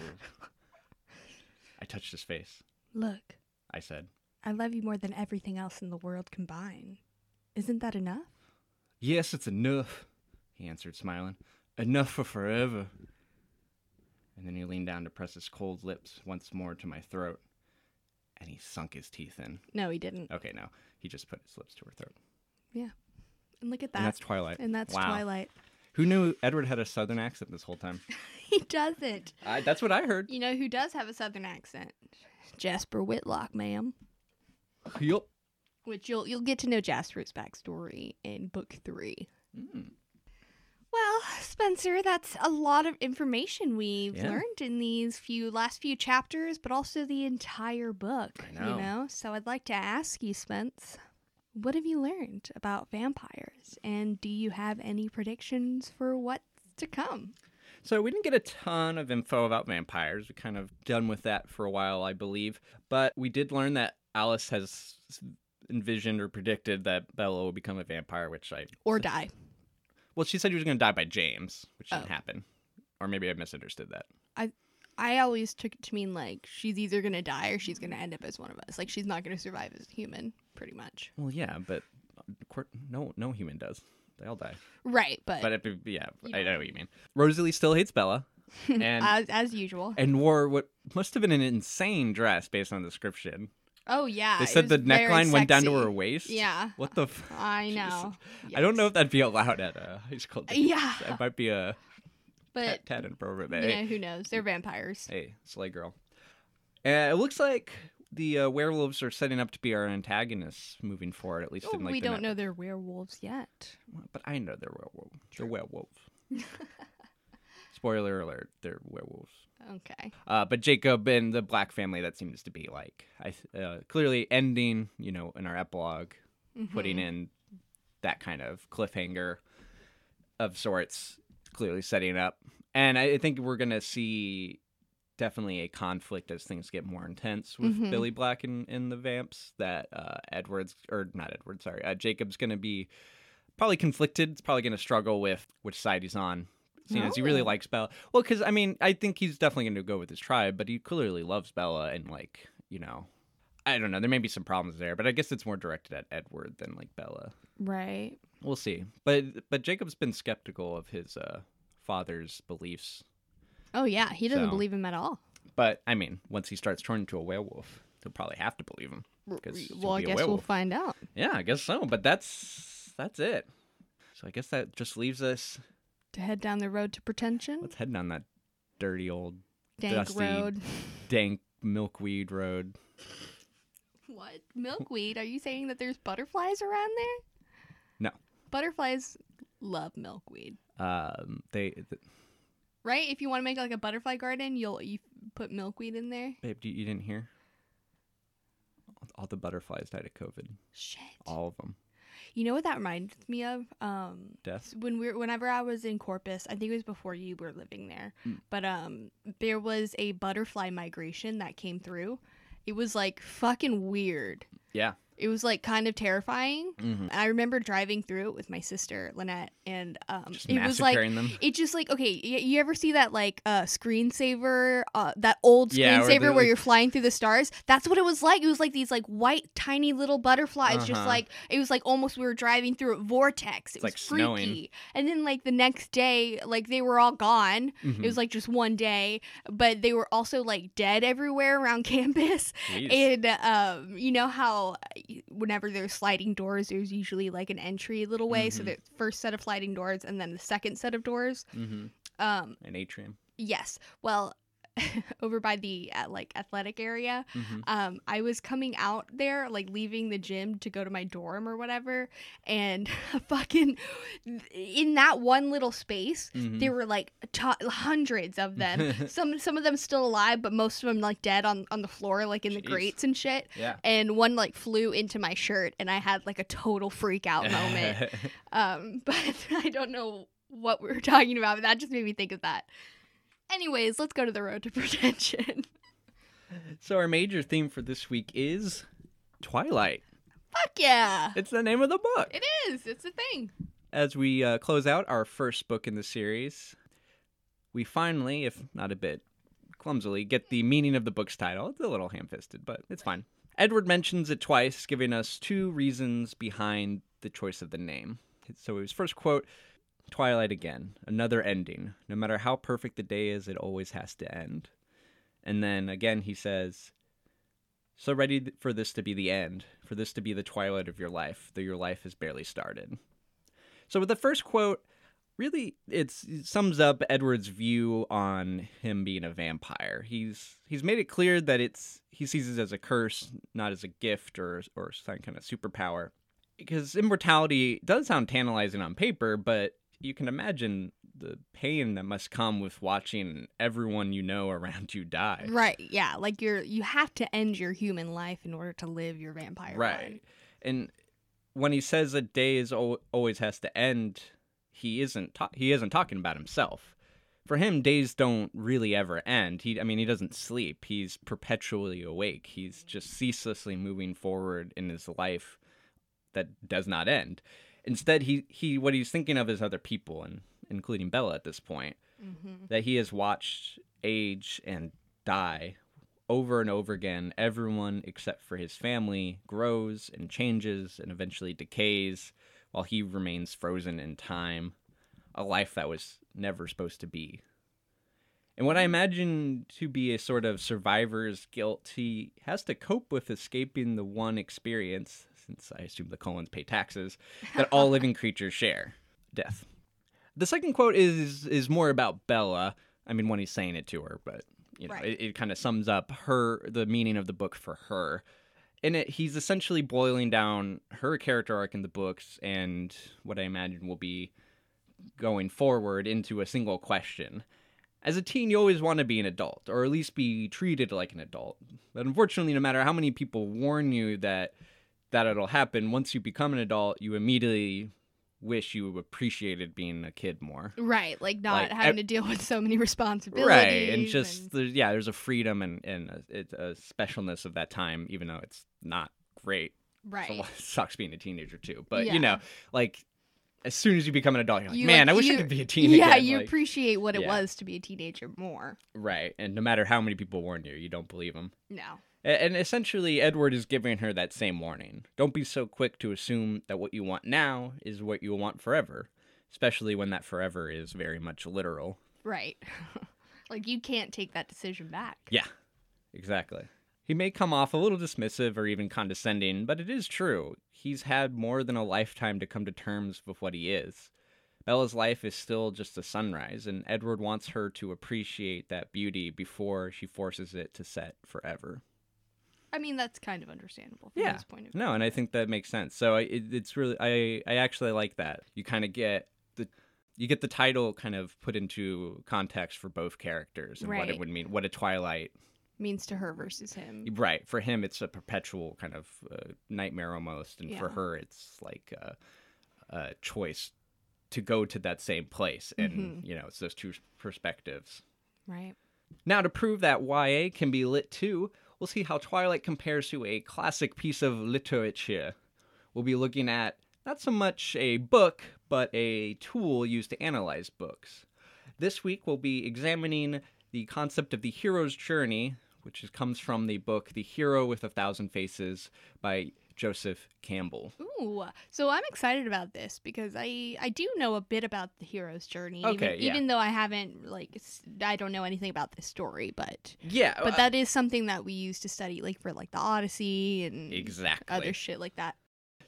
Speaker 2: I touched his face.
Speaker 1: Look,
Speaker 2: I said,
Speaker 1: I love you more than everything else in the world combined. Isn't that enough?
Speaker 2: Yes, it's enough, he answered, smiling. Enough for forever. And then he leaned down to press his cold lips once more to my throat, and he sunk his teeth in.
Speaker 1: No, he didn't.
Speaker 2: Okay, no, he just put his lips to her throat.
Speaker 1: And look at that.
Speaker 2: and that's Twilight.
Speaker 1: And that's
Speaker 2: Wow.
Speaker 1: Twilight. *laughs*
Speaker 2: Who knew Edward had a southern accent this whole time?
Speaker 1: He doesn't.
Speaker 2: I, that's what I
Speaker 1: *laughs*
Speaker 2: heard.
Speaker 1: You know who does have a southern accent? Jasper Whitlock, ma'am.
Speaker 2: Yup.
Speaker 1: which you'll you'll get to know Jasper's backstory in book three.
Speaker 2: Mm.
Speaker 1: Well, Spencer, that's a lot of information we've
Speaker 2: Yeah.
Speaker 1: learned in these few last few chapters, but also the entire book.
Speaker 2: I know.
Speaker 1: You know, so I'd like to ask you, Spence, what have you learned about vampires, and do you have any predictions for what's to come?
Speaker 2: So we didn't get a ton of info about vampires. We kind of done with that for a while, I believe. But we did learn that Alice has envisioned or predicted that Bella will become a vampire, which I
Speaker 1: Or die?
Speaker 2: well, she said she was going to die by James, which didn't
Speaker 1: Oh.
Speaker 2: happen, or maybe I misunderstood that.
Speaker 1: I always took it to mean like she's either gonna die or she's gonna end up as one of us. Like she's not gonna survive as a human, pretty much.
Speaker 2: Well, yeah, but cour- no, no human does. They all die.
Speaker 1: Right, but,
Speaker 2: But it, yeah,
Speaker 1: You
Speaker 2: I
Speaker 1: know.
Speaker 2: know what you mean. Rosalie still hates
Speaker 1: *laughs*
Speaker 2: Bella, and
Speaker 1: as, as usual.
Speaker 2: and wore what must have been an insane dress based on the description.
Speaker 1: Oh yeah.
Speaker 2: They
Speaker 1: it
Speaker 2: said
Speaker 1: was
Speaker 2: the
Speaker 1: very
Speaker 2: neckline went down to
Speaker 1: sexy.
Speaker 2: her waist.
Speaker 1: Yeah.
Speaker 2: What the? F- *laughs*
Speaker 1: I
Speaker 2: Jesus.
Speaker 1: know.
Speaker 2: I don't know
Speaker 1: Yes.
Speaker 2: if that'd be allowed at a high school.
Speaker 1: *laughs*
Speaker 2: dance.
Speaker 1: Yeah,
Speaker 2: That might be a
Speaker 1: but
Speaker 2: tad inappropriate.
Speaker 1: you
Speaker 2: But
Speaker 1: know
Speaker 2: hey,
Speaker 1: who knows? They're vampires.
Speaker 2: hey, slay girl. Uh, it looks like the uh, werewolves are setting up to be our antagonists moving forward, at least in like
Speaker 1: Oh, we
Speaker 2: the
Speaker 1: don't
Speaker 2: ne-
Speaker 1: know they're werewolves yet.
Speaker 2: But I know they're werewolves.
Speaker 1: *laughs*
Speaker 2: They're werewolves. Spoiler alert, they're werewolves.
Speaker 1: Okay.
Speaker 2: Uh, but Jacob and the Black family, that seems to be like I th- uh, clearly ending, you know, in our epilog
Speaker 1: Mm-hmm.
Speaker 2: putting in that kind of cliffhanger of sorts, clearly setting up. And I think we're going to see definitely a conflict as things get more intense with
Speaker 1: Mhm.
Speaker 2: Billy Black and, and the Vamps that uh, Edwards, or not Edwards, sorry, uh, Jacob's going to be probably conflicted. It's probably going to struggle with which side he's on. Seeing as he really
Speaker 1: No.
Speaker 2: likes Bella. Well, because I mean, I think he's definitely going to go with his tribe, but he clearly loves Bella and, like, you know, I don't know. There may be some problems there, but I guess it's more directed at Edward than like Bella.
Speaker 1: Right.
Speaker 2: We'll see. But but Jacob's been skeptical of his uh, father's beliefs.
Speaker 1: Oh yeah, he doesn't
Speaker 2: So-
Speaker 1: believe him at all.
Speaker 2: But I mean, once he starts turning into a werewolf, he'll probably have to believe him. 'cause he'll
Speaker 1: Well, I
Speaker 2: be a
Speaker 1: guess we'll
Speaker 2: werewolf.
Speaker 1: find out.
Speaker 2: Yeah, I guess so. But that's that's it. So I guess that just leaves us.
Speaker 1: To head down the road to pretension,
Speaker 2: Let's head down that dirty old
Speaker 1: dank
Speaker 2: dusty.
Speaker 1: road. *laughs*
Speaker 2: dank milkweed road.
Speaker 1: What milkweed? Are you saying that there's butterflies around there?
Speaker 2: No.
Speaker 1: Butterflies love milkweed,
Speaker 2: Um, they, th-
Speaker 1: right? If you want to make like a butterfly garden, you'll you put milkweed in there.
Speaker 2: babe, you, you didn't hear? All the butterflies died of COVID.
Speaker 1: Shit.
Speaker 2: All of them.
Speaker 1: You know what that reminds me of? Um,
Speaker 2: Death?
Speaker 1: When we are whenever I was in Corpus, I think it was before you were living there,
Speaker 2: Hmm.
Speaker 1: but um, there was a butterfly migration that came through. It was like fucking weird.
Speaker 2: Yeah.
Speaker 1: It was like kind of terrifying.
Speaker 2: Mm-hmm.
Speaker 1: I remember driving through it with my sister Lynette, and um,
Speaker 2: Just
Speaker 1: it was like
Speaker 2: massacring them.
Speaker 1: *laughs* it just like okay, y- you ever see that like uh screensaver, uh, that old
Speaker 2: Yeah, where
Speaker 1: screensaver
Speaker 2: they're,
Speaker 1: where
Speaker 2: like-
Speaker 1: you're flying through the stars? That's what it was like. It was like these like white tiny little butterflies, just
Speaker 2: Uh-huh.
Speaker 1: like it was like almost we were driving through a vortex. It
Speaker 2: It's,
Speaker 1: was
Speaker 2: like, snowing.
Speaker 1: freaky. And then like the next day, like they were all gone.
Speaker 2: Mhm.
Speaker 1: It was like just one day, but they were also like dead everywhere around *laughs* campus.
Speaker 2: Jeez.
Speaker 1: And um, you know how uh, whenever there's sliding doors, there's usually like an entry little way. So
Speaker 2: Mhm.
Speaker 1: the first set of sliding doors, and then the second set of doors.
Speaker 2: Mhm.
Speaker 1: Um,
Speaker 2: An atrium.
Speaker 1: yes. Well, *laughs* over by the at, like athletic area,
Speaker 2: Mhm.
Speaker 1: um, I was coming out there, like leaving the gym to go to my dorm or whatever, and *laughs* fucking in that one little space,
Speaker 2: Mhm.
Speaker 1: there were like t- hundreds of them. some some of them still alive, but most of them like dead on on the floor, like in the
Speaker 2: Jeez.
Speaker 1: grates and shit.
Speaker 2: Yeah.
Speaker 1: And one like flew into my shirt, and I had like a total freak
Speaker 2: *laughs*
Speaker 1: out moment. Um, *laughs* but I don't know what we were talking about, but that just made me think of that. Anyways, let's go to the road to *laughs* pretension.
Speaker 2: so our major theme for this week is Twilight.
Speaker 1: Fuck yeah.
Speaker 2: It's the name of the book.
Speaker 1: It is. It's a thing.
Speaker 2: As we uh, close out our first book in the series, we finally, if not a bit clumsily, get the meaning of the book's title. It's a little ham-fisted, but it's fine. Edward mentions it twice, giving us two reasons behind the choice of the name. So his first quote, Twilight again, another ending. No matter how perfect the day is, it always has to end. And then again, he says, So ready th- for this to be the end, for this to be the twilight of your life, though your life has barely started. So with the first quote, really it's it sums up Edward's view on him being a vampire. He's he's made it clear that it's he sees it as a curse, not as a gift or or some kind of superpower. Because immortality does sound tantalizing on paper, but you can imagine the pain that must come with watching everyone you know around you die.
Speaker 1: Right. Yeah. Like you're you have to end your human life in order to live your vampire
Speaker 2: Right. And when he says a day is al- always has to end, he isn't ta- he isn't talking about himself. For him, days don't really ever end. He, I mean, he doesn't sleep. He's perpetually awake. He's just ceaselessly moving forward in his life that does not end. Instead, he, he what he's thinking of is other people, and including Bella at this point
Speaker 1: Mm-hmm.
Speaker 2: that he has watched age and die over and over again. Everyone except for his family grows and changes and eventually decays while he remains frozen in time, a life that was never supposed to be. And what I imagine to be a sort of survivor's guilt, he has to cope with escaping the one experience, since I assume the Collins pay taxes, that all living creatures share death. The second quote is is more about Bella. I mean, when he's saying it to her, but you know,
Speaker 1: Right.
Speaker 2: it, it kind of sums up her the meaning of the book for her. In it, he's essentially boiling down her character arc in the books and what I imagine will be going forward into a single question. As a teen, you always want to be an adult, or at least be treated like an adult. But unfortunately, no matter how many people warn you that that it'll happen, once you become an adult, you immediately wish you appreciated being a kid more.
Speaker 1: Right, like not
Speaker 2: Like,
Speaker 1: having
Speaker 2: ev-
Speaker 1: to deal with so many *laughs* responsibilities.
Speaker 2: Right, and just
Speaker 1: and-
Speaker 2: there's, yeah, there's a freedom and and a, it's a specialness of that time, even though it's not great. *laughs*
Speaker 1: right. *laughs*
Speaker 2: So it sucks being a teenager too, but
Speaker 1: Yeah.
Speaker 2: you know, like as soon as you become an adult, you're like,
Speaker 1: You,
Speaker 2: man,
Speaker 1: like,
Speaker 2: I wish
Speaker 1: you-
Speaker 2: I could be a teenager.
Speaker 1: yeah, you
Speaker 2: like-
Speaker 1: appreciate what it
Speaker 2: yeah.
Speaker 1: was to be a teenager more.
Speaker 2: right, and no matter how many people warn you, you don't believe them.
Speaker 1: No.
Speaker 2: A- And essentially, Edward is giving her that same warning. Don't be so quick to assume that what you want now is what you will want forever, especially when that forever is very much literal.
Speaker 1: Right. *laughs* like you can't take that decision back.
Speaker 2: Yeah, exactly. He may come off a little dismissive or even condescending, but it is true. He's had more than a lifetime to come to terms with what he is. Bella's life is still just a sunrise, and Edward wants her to appreciate that beauty before she forces it to set forever.
Speaker 1: I mean, that's kind of understandable from
Speaker 2: Yeah.
Speaker 1: his point of view.
Speaker 2: No, and I think that makes sense. So I, it, it's really I I actually like that. You kind of get the you get the title kind of put into context for both characters and what
Speaker 1: Right.
Speaker 2: it would mean. What a twilight
Speaker 1: Means to her versus him.
Speaker 2: Right. For him, it's a perpetual kind of uh, nightmare almost. And for
Speaker 1: Yeah.
Speaker 2: her, it's like a, a choice to go to that same place. And,
Speaker 1: Mm-hmm.
Speaker 2: you know, it's those two perspectives.
Speaker 1: Right.
Speaker 2: Now, to prove that YA can be lit too, we'll see how Twilight compares to a classic piece of literature. We'll be looking at not so much a book, but a tool used to analyze books. This week, we'll be examining the concept of the hero's journey, which is, comes from the book The Hero with a Thousand Faces by Joseph Campbell.
Speaker 1: Ooh, so I'm excited about this because I I do know a bit about the hero's journey.
Speaker 2: Okay,
Speaker 1: even,
Speaker 2: yeah.
Speaker 1: even though I haven't like s- I don't know anything about this story, but
Speaker 2: Yeah, uh,
Speaker 1: but that is something that we use to study, like for like the Odyssey and
Speaker 2: exactly.
Speaker 1: other shit like that.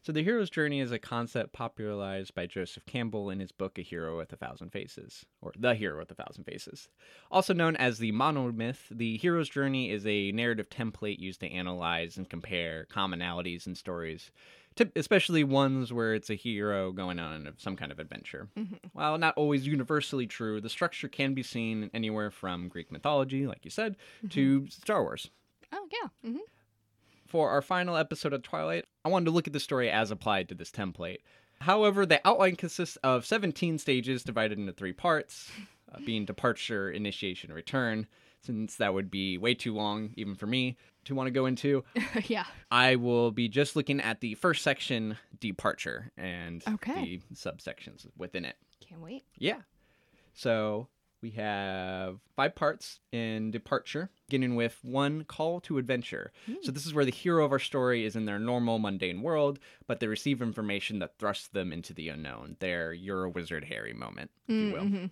Speaker 2: So, the hero's journey is a concept popularized by Joseph Campbell in his book A Hero with a Thousand Faces, or The Hero with a Thousand Faces. Also known as the monomyth, the hero's journey is a narrative template used to analyze and compare commonalities in stories, tip- especially ones where it's a hero going on some kind of adventure. While not always universally true, the structure can be seen anywhere from Greek mythology, like you said, to Star Wars.
Speaker 1: Oh yeah, hmm
Speaker 2: For our final episode of Twilight, I wanted to look at the story as applied to this template. However, the outline consists of 17 stages divided into three parts, uh, being departure, initiation, return. Since that would be way too long, even for me, to want to go into,
Speaker 1: *laughs* yeah.
Speaker 2: I will be just looking at the first section, departure, and
Speaker 1: Okay.
Speaker 2: the subsections within it.
Speaker 1: Can't wait.
Speaker 2: Yeah. So we have five parts in Departure, beginning with one call to adventure. So this is where the hero of our story is in their normal, mundane world, but they receive information that thrusts them into the unknown, their You're a Wizard Harry moment, if you will.
Speaker 1: Mhm.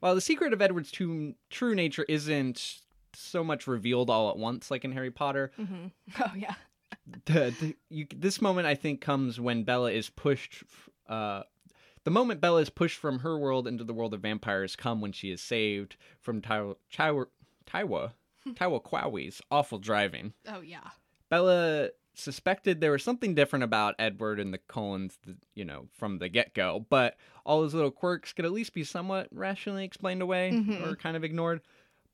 Speaker 2: While the secret of Edward's true, true nature isn't so much revealed all at once like in Harry Potter,
Speaker 1: Mhm. *laughs* Oh yeah.
Speaker 2: the, the, you, this moment I think comes when Bella is pushed. f- Uh, the moment Bella is pushed from her world into the world of vampires come when she is saved from Taiwa Taiwa Taiwa Kwawi's awful driving.
Speaker 1: Oh yeah.
Speaker 2: Bella suspected there was something different about Edward and the Collins, th- you know, from the get go, but all his little quirks could at least be somewhat rationally explained away
Speaker 1: Mhm.
Speaker 2: or kind of ignored.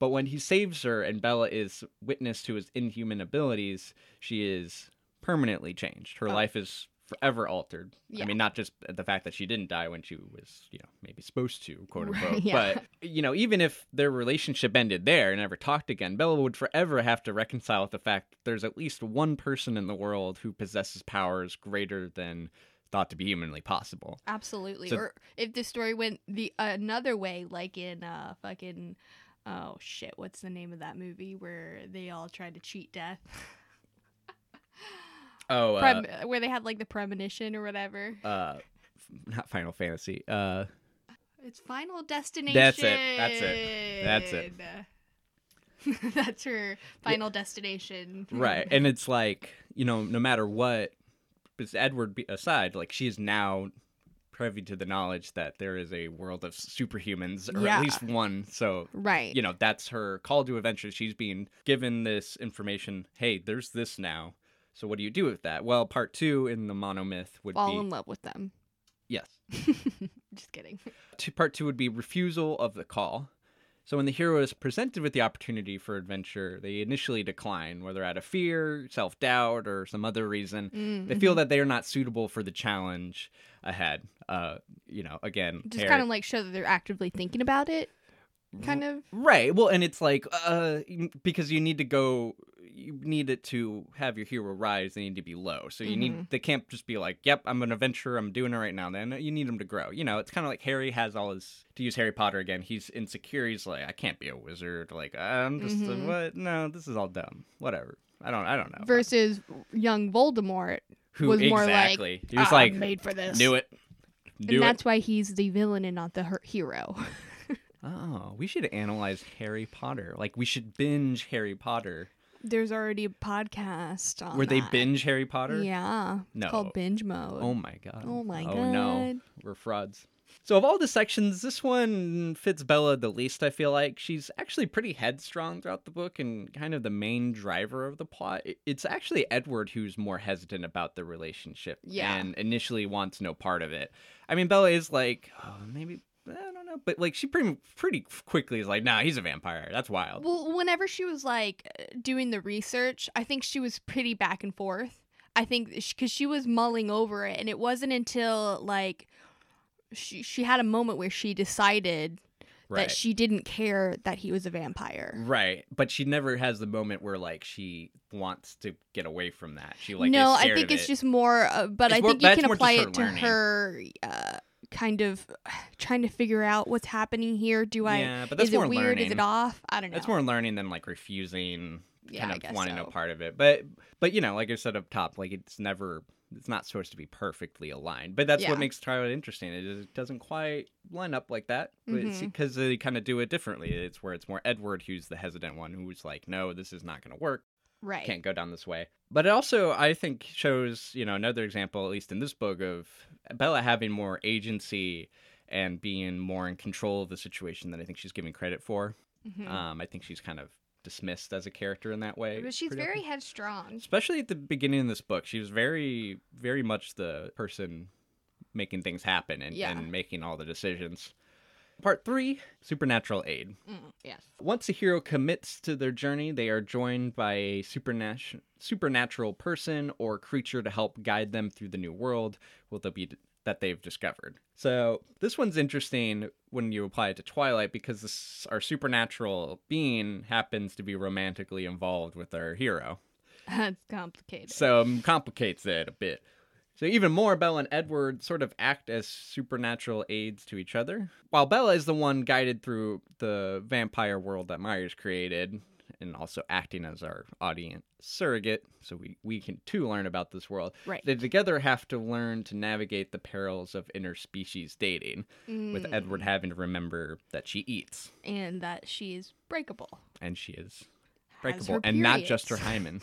Speaker 2: But when he saves her and Bella is witness to his inhuman abilities, she is permanently changed. Her
Speaker 1: Oh.
Speaker 2: life is forever altered.
Speaker 1: Yeah.
Speaker 2: I mean, not just the fact that she didn't die when she was, you know, maybe supposed to,
Speaker 1: *laughs*
Speaker 2: quote
Speaker 1: Right,
Speaker 2: unquote,
Speaker 1: yeah.
Speaker 2: but you know, even if their relationship ended there and never talked again, Bella would forever have to reconcile with the fact that there's at least one person in the world who possesses powers greater than thought to be humanly possible.
Speaker 1: Absolutely.
Speaker 2: So-
Speaker 1: or if the story went the another way, like in uh fucking oh shit, what's the name of that movie where they all tried to cheat death?
Speaker 2: Oh, uh,
Speaker 1: Prem- where they had like the premonition or whatever.
Speaker 2: uh, f- not Final Fantasy. Uh,
Speaker 1: It's Final Destination.
Speaker 2: That's it. That's it. That's it.
Speaker 1: it. *laughs* That's her Final Destination.
Speaker 2: right, and it's like you know, no matter what, it's Edward be- aside, like she is now privy to the knowledge that there is a world of superhumans, or
Speaker 1: Yeah.
Speaker 2: at least one. So
Speaker 1: Right.
Speaker 2: you know that's her call to adventure she's being given this information hey there's this now so what do you do with that well part two in the monomyth would
Speaker 1: Fall
Speaker 2: be
Speaker 1: in love with them.
Speaker 2: yes
Speaker 1: *laughs* Just kidding.
Speaker 2: two, part two would be refusal of the call. So when the hero is presented with the opportunity for adventure, they initially decline, whether out of fear, self doubt, or some other reason.
Speaker 1: Mm-hmm.
Speaker 2: They feel that they are not suitable for the challenge ahead. Uh, you know, again,
Speaker 1: Just
Speaker 2: Harry-
Speaker 1: kind of like show that they're actively thinking about it.
Speaker 2: Mm-hmm.
Speaker 1: Kind of.
Speaker 2: Right. Well, and it's like uh because you need to go you need it to have your hero rise, they need to be low. So you
Speaker 1: Mm-hmm.
Speaker 2: need they can't just be like, "Yep, I'm an adventurer. I'm doing it right now." Then you need them to grow. You know, it's kind of like Harry has all his to use Harry Potter again. He's insecure. He's like, "I can't be a wizard." Like, "I'm just a-
Speaker 1: Mhm.
Speaker 2: what? No, this is all dumb. Whatever." I don't I don't know.
Speaker 1: Versus young Voldemort
Speaker 2: Who
Speaker 1: was more
Speaker 2: exactly?
Speaker 1: like,
Speaker 2: he was
Speaker 1: "Ah,
Speaker 2: like,
Speaker 1: I'm made for this.
Speaker 2: "Knew it."
Speaker 1: and
Speaker 2: Knew it.
Speaker 1: that's why he's the villain and not the her- hero.
Speaker 2: Oh, we should analyze Harry Potter. Like we should binge Harry Potter.
Speaker 1: *laughs* There's already a podcast on
Speaker 2: Were they
Speaker 1: that.
Speaker 2: binge Harry Potter?
Speaker 1: Yeah.
Speaker 2: No.
Speaker 1: It's called binge mode.
Speaker 2: Oh my god.
Speaker 1: Oh my
Speaker 2: Oh no.
Speaker 1: God.
Speaker 2: We're frauds. So of all the sections, this one fits Bella the least, I feel like. She's actually pretty headstrong throughout the book and kind of the main driver of the plot. I- It's actually Edward who's more hesitant about the relationship
Speaker 1: Yeah.
Speaker 2: and initially wants no part of it. I mean, Bella is like, oh, maybe I don't know, but like she pretty pretty quickly is like, nah, he's a vampire. That's wild.
Speaker 1: Well, whenever she was like uh, doing the research, I think she was pretty back and forth. I think because she was mulling over it, and it wasn't until like she she had a moment where she decided
Speaker 2: right.
Speaker 1: that she didn't care that he was a vampire.
Speaker 2: Right, but she never has the moment where like she wants to get away from that. She like
Speaker 1: no,
Speaker 2: is
Speaker 1: I
Speaker 2: scared
Speaker 1: think
Speaker 2: of
Speaker 1: it's
Speaker 2: it.
Speaker 1: just more. Uh, but
Speaker 2: It's
Speaker 1: I
Speaker 2: more-
Speaker 1: think you
Speaker 2: that's
Speaker 1: can
Speaker 2: more just
Speaker 1: apply
Speaker 2: her
Speaker 1: it to
Speaker 2: learning.
Speaker 1: her uh, kind of *sighs* trying to figure out what's happening here. Do I?
Speaker 2: yeah, but that's
Speaker 1: is
Speaker 2: more
Speaker 1: it weird?
Speaker 2: learning.
Speaker 1: Is it off? I don't know.
Speaker 2: That's more learning than like refusing,
Speaker 1: Yeah, I
Speaker 2: kind
Speaker 1: guess
Speaker 2: of wanting a
Speaker 1: so.
Speaker 2: part of it. But but you know, like I said up top, like it's never it's not supposed to be perfectly aligned. But that's
Speaker 1: Yeah.
Speaker 2: what makes Twilight interesting. It, is- it doesn't quite line up like that, but it's
Speaker 1: Mhm.
Speaker 2: because they kind of do it differently. It's where it's more Edward who's the hesitant one who's like, no, this is not going to work.
Speaker 1: right.
Speaker 2: can't go down this way. But it also, I think, shows you know another example, at least in this book, of Bella having more agency and being more in control of the situation than I think she's giving credit for.
Speaker 1: Mhm.
Speaker 2: Um, I think she's kind of dismissed as a character in that way.
Speaker 1: but she's
Speaker 2: pretty
Speaker 1: very
Speaker 2: often.
Speaker 1: headstrong.
Speaker 2: especially at the beginning of this book, she was very, very much the person making things happen and,
Speaker 1: Yeah.
Speaker 2: and making all the decisions. Part three: supernatural aid.
Speaker 1: Mm, yes. *laughs*
Speaker 2: Once a hero commits to their journey, they are joined by a supernat- supernatural person or creature to help guide them through the new world will they be that they've discovered. So this one's interesting when you apply it to Twilight because this, our supernatural being happens to be romantically involved with our hero.
Speaker 1: That's complicated.
Speaker 2: So um, complicates it a bit. So even more, Bella and Edward sort of act as supernatural aids to each other, while Bella is the one guided through the vampire world that Myers created, and also acting as our audience surrogate, so we, we can too learn about this world.
Speaker 1: right.
Speaker 2: They together have to learn to navigate the perils of interspecies dating, with
Speaker 1: Mm,
Speaker 2: Edward having to remember that she eats,
Speaker 1: and that she is breakable. *laughs*
Speaker 2: and she is
Speaker 1: Has
Speaker 2: breakable,
Speaker 1: her
Speaker 2: and not just her
Speaker 1: periods. *laughs*
Speaker 2: hymen.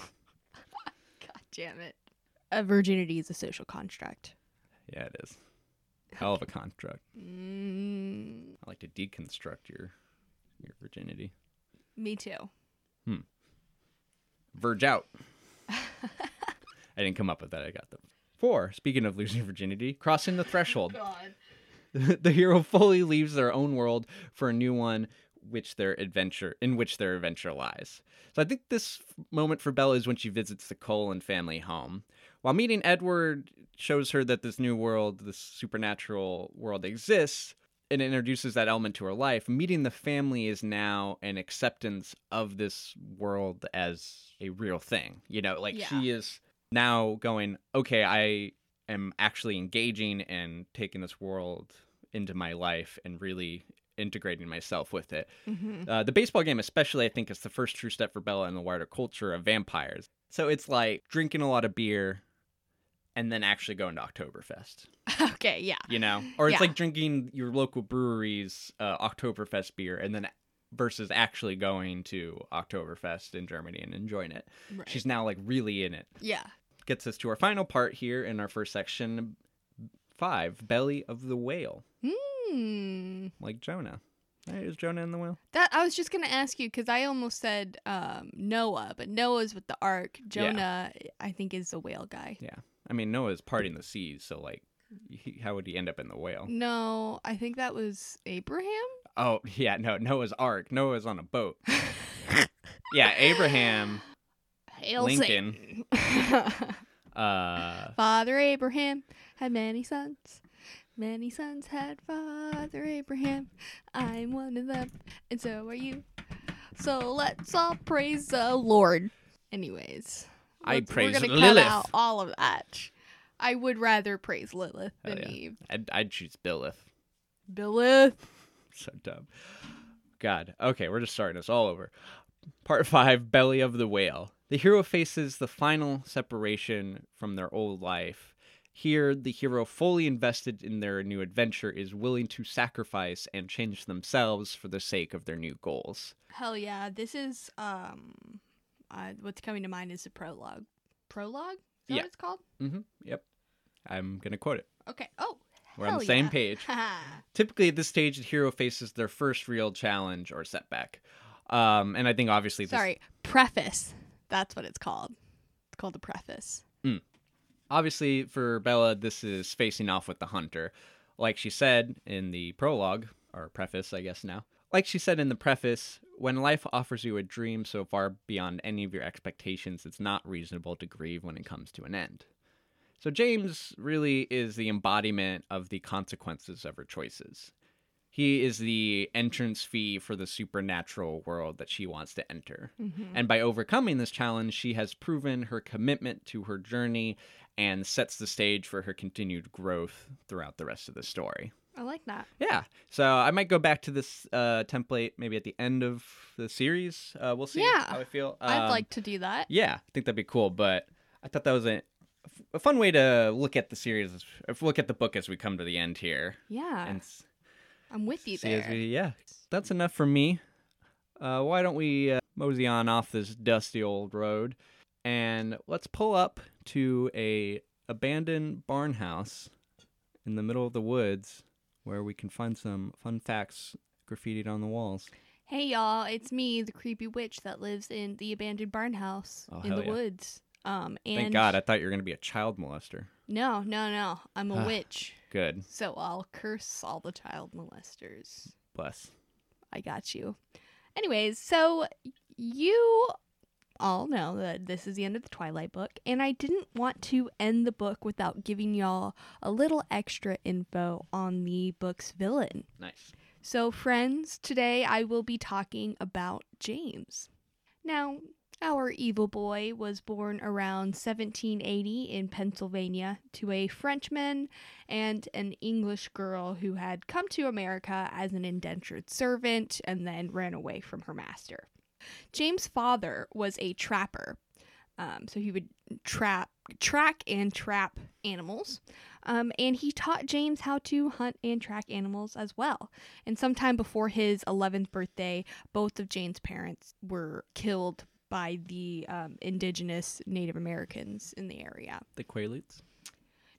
Speaker 1: God damn it. A virginity is a social construct.
Speaker 2: yeah, it is. Hell of a construct.
Speaker 1: Mm,
Speaker 2: I like to deconstruct your your virginity.
Speaker 1: me too.
Speaker 2: Verge out. I didn't come up with that. I got them. Four. Speaking of losing virginity, crossing the threshold. *laughs*
Speaker 1: God.
Speaker 2: the hero fully leaves their own world for a new one which their adventure in which their adventure lies. So I think this f- moment for Bella is when she visits the Colin family home. While meeting Edward shows her that this new world, this supernatural world exists, and introduces that element to her life, meeting the family is now an acceptance of this world as a real thing. You know, like she is now going, okay, I am actually engaging and taking this world into my life and really integrating myself with it.
Speaker 1: hmm
Speaker 2: Uh, the baseball game, especially, I think, is the first true step for Bella in the wider culture of vampires. So it's like drinking a lot of beer and then actually going to Oktoberfest,
Speaker 1: *laughs* okay, yeah.
Speaker 2: you know? Or it's
Speaker 1: Yeah.
Speaker 2: like drinking your local brewery's uh, Oktoberfest beer and then versus actually going to Oktoberfest in Germany and enjoying it.
Speaker 1: Right.
Speaker 2: She's now like really in it
Speaker 1: yeah.
Speaker 2: gets us to our final part here in our first section five belly of the whale
Speaker 1: Mm.
Speaker 2: like jonah Hey, is jonah in the whale
Speaker 1: That I was just gonna ask you because I almost said um, Noah, but Noah's with the ark. Jonah, I think, is the whale guy.
Speaker 2: i mean noah's parting the seas so like He, how would he end up in the whale?
Speaker 1: No, I think that was Abraham.
Speaker 2: Oh, *laughs* yeah, no, Noah's Ark. Noah's on
Speaker 1: *laughs*
Speaker 2: a boat. yeah, Abraham.
Speaker 1: Hail
Speaker 2: Lincoln.
Speaker 1: Satan. *laughs*
Speaker 2: Uh,
Speaker 1: Father Abraham had many sons. Many sons had Father Abraham. I'm one of them, and so are you. So let's all praise the Lord. Anyways,
Speaker 2: I
Speaker 1: let's-
Speaker 2: praise
Speaker 1: We're gonna
Speaker 2: Lilith.
Speaker 1: cut out all of that. I would rather praise Lilith
Speaker 2: Oh,
Speaker 1: than
Speaker 2: yeah.
Speaker 1: Eve.
Speaker 2: I'd, I'd choose Billith.
Speaker 1: Lilith.
Speaker 2: So dumb. God. Okay, we're just starting this all over. Part five Belly of the Whale. The hero faces the final separation from their old life. Here, the hero, fully invested in their new adventure, is willing to sacrifice and change themselves for the sake of their new goals.
Speaker 1: Hell yeah! This is um, uh, what's coming to mind is the prologue. Prologue. Is that
Speaker 2: Yeah.
Speaker 1: what it's called?
Speaker 2: Mm-hmm. Yep. I'm going to quote it.
Speaker 1: Okay. Oh.
Speaker 2: We're on
Speaker 1: hell
Speaker 2: the same
Speaker 1: yeah. *laughs*
Speaker 2: page. Typically, at this stage, the hero faces their first real challenge or setback. Um, and I think obviously this
Speaker 1: Sorry, preface. That's what it's called. It's called a preface.
Speaker 2: obviously for Bella, this is facing off with the hunter. Like she said in the prologue, or preface, I guess now. Like she said in the preface, when life offers you a dream so far beyond any of your expectations, it's not reasonable to grieve when it comes to an end. So James really is the embodiment of the consequences of her choices. He is the entrance fee for the supernatural world that she wants to enter. And by overcoming this challenge, she has proven her commitment to her journey and sets the stage for her continued growth throughout the rest of the story.
Speaker 1: I like that.
Speaker 2: Yeah. So I might go back to this uh, template maybe at the end of the series. Uh, we'll see
Speaker 1: Yeah.
Speaker 2: how I feel.
Speaker 1: I'd
Speaker 2: Um,
Speaker 1: like to do that.
Speaker 2: Yeah, I think that'd be cool. But I thought that was a, a fun way to look at the series, if- look at the book as we come to the end here.
Speaker 1: Yeah,
Speaker 2: And s-
Speaker 1: I'm with you
Speaker 2: see as
Speaker 1: there.
Speaker 2: we- yeah, that's enough for me. Uh, why don't we uh, mosey on off this dusty old road and let's pull up to a abandoned barn house in the middle of the woods where we can find some fun facts graffitied on the walls.
Speaker 1: Hey y'all, it's me, the creepy witch that lives in the abandoned barn house
Speaker 2: Oh,
Speaker 1: in
Speaker 2: hell
Speaker 1: the
Speaker 2: yeah.
Speaker 1: woods. Um, and
Speaker 2: Thank God, I thought you were going to be a child molester.
Speaker 1: no, no, no, I'm a
Speaker 2: *sighs* Ah.
Speaker 1: witch,
Speaker 2: Good.
Speaker 1: so I'll curse all the child molesters.
Speaker 2: Bless.
Speaker 1: I got you. Anyways, so you all know that this is the end of the Twilight book, and I didn't want to end the book without giving y'all a little extra info on the book's villain.
Speaker 2: Nice.
Speaker 1: So, friends, today I will be talking about James. Now, our evil boy was born around 1780 in Pennsylvania to a Frenchman and an English girl who had come to America as an indentured servant and then ran away from her master. James' father was a trapper, um, so he would trap, track, and trap animals, um, and he taught James how to hunt and track animals as well. And sometime before his 11th birthday, both of Jane's parents were killed by the um, indigenous Native Americans in the area.
Speaker 2: The Quaaludes?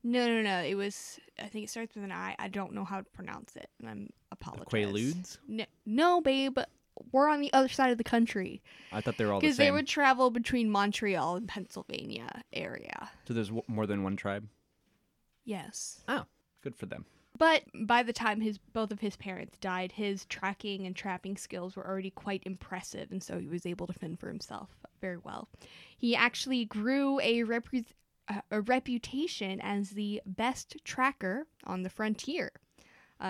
Speaker 1: No, no, no. It was, I think it starts with an I. I don't know how to pronounce it, and I'm
Speaker 2: The
Speaker 1: apologize.
Speaker 2: Quaaludes?
Speaker 1: No, no, babe. We're on the other side of the country
Speaker 2: I thought they were all the
Speaker 1: because they
Speaker 2: same.
Speaker 1: would travel between Montreal and Pennsylvania area.
Speaker 2: So there's w- more than one tribe?
Speaker 1: Yes.
Speaker 2: Good for them.
Speaker 1: But by the time his both of his parents died, his tracking and trapping skills were already quite impressive, and so he was able to fend for himself very well. He actually grew a repre- uh, a reputation as the best tracker on the frontier.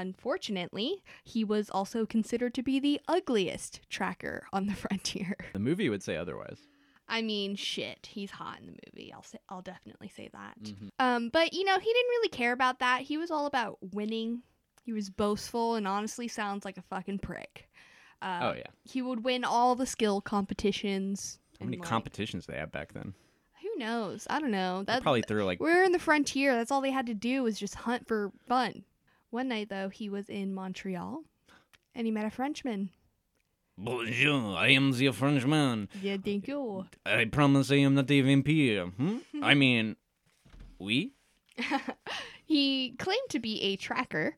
Speaker 1: Unfortunately, he was also considered to be the ugliest tracker on the *laughs* frontier.
Speaker 2: The movie would say otherwise.
Speaker 1: I mean, shit, he's hot in the movie. I'll say, I'll definitely say that.
Speaker 2: Mm-hmm.
Speaker 1: Um, but you know, he didn't really care about that. He was all about winning. He was boastful and honestly sounds like a fucking prick. Uh,
Speaker 2: Oh, yeah.
Speaker 1: He would win all the skill competitions.
Speaker 2: How many
Speaker 1: and, like,
Speaker 2: competitions they have back then?
Speaker 1: Who knows? I don't know.
Speaker 2: They
Speaker 1: That
Speaker 2: probably threw like
Speaker 1: we're in the frontier. That's all they had to do was just hunt for fun. One night though, he was in Montreal, and he met a
Speaker 2: *sighs*
Speaker 1: Frenchman.
Speaker 2: Bonjour, I am the Frenchman.
Speaker 1: Yeah, thank you.
Speaker 2: I promise I am not a vampire. Hmm?
Speaker 1: *laughs*
Speaker 2: I mean, we?
Speaker 1: He claimed to be a tracker.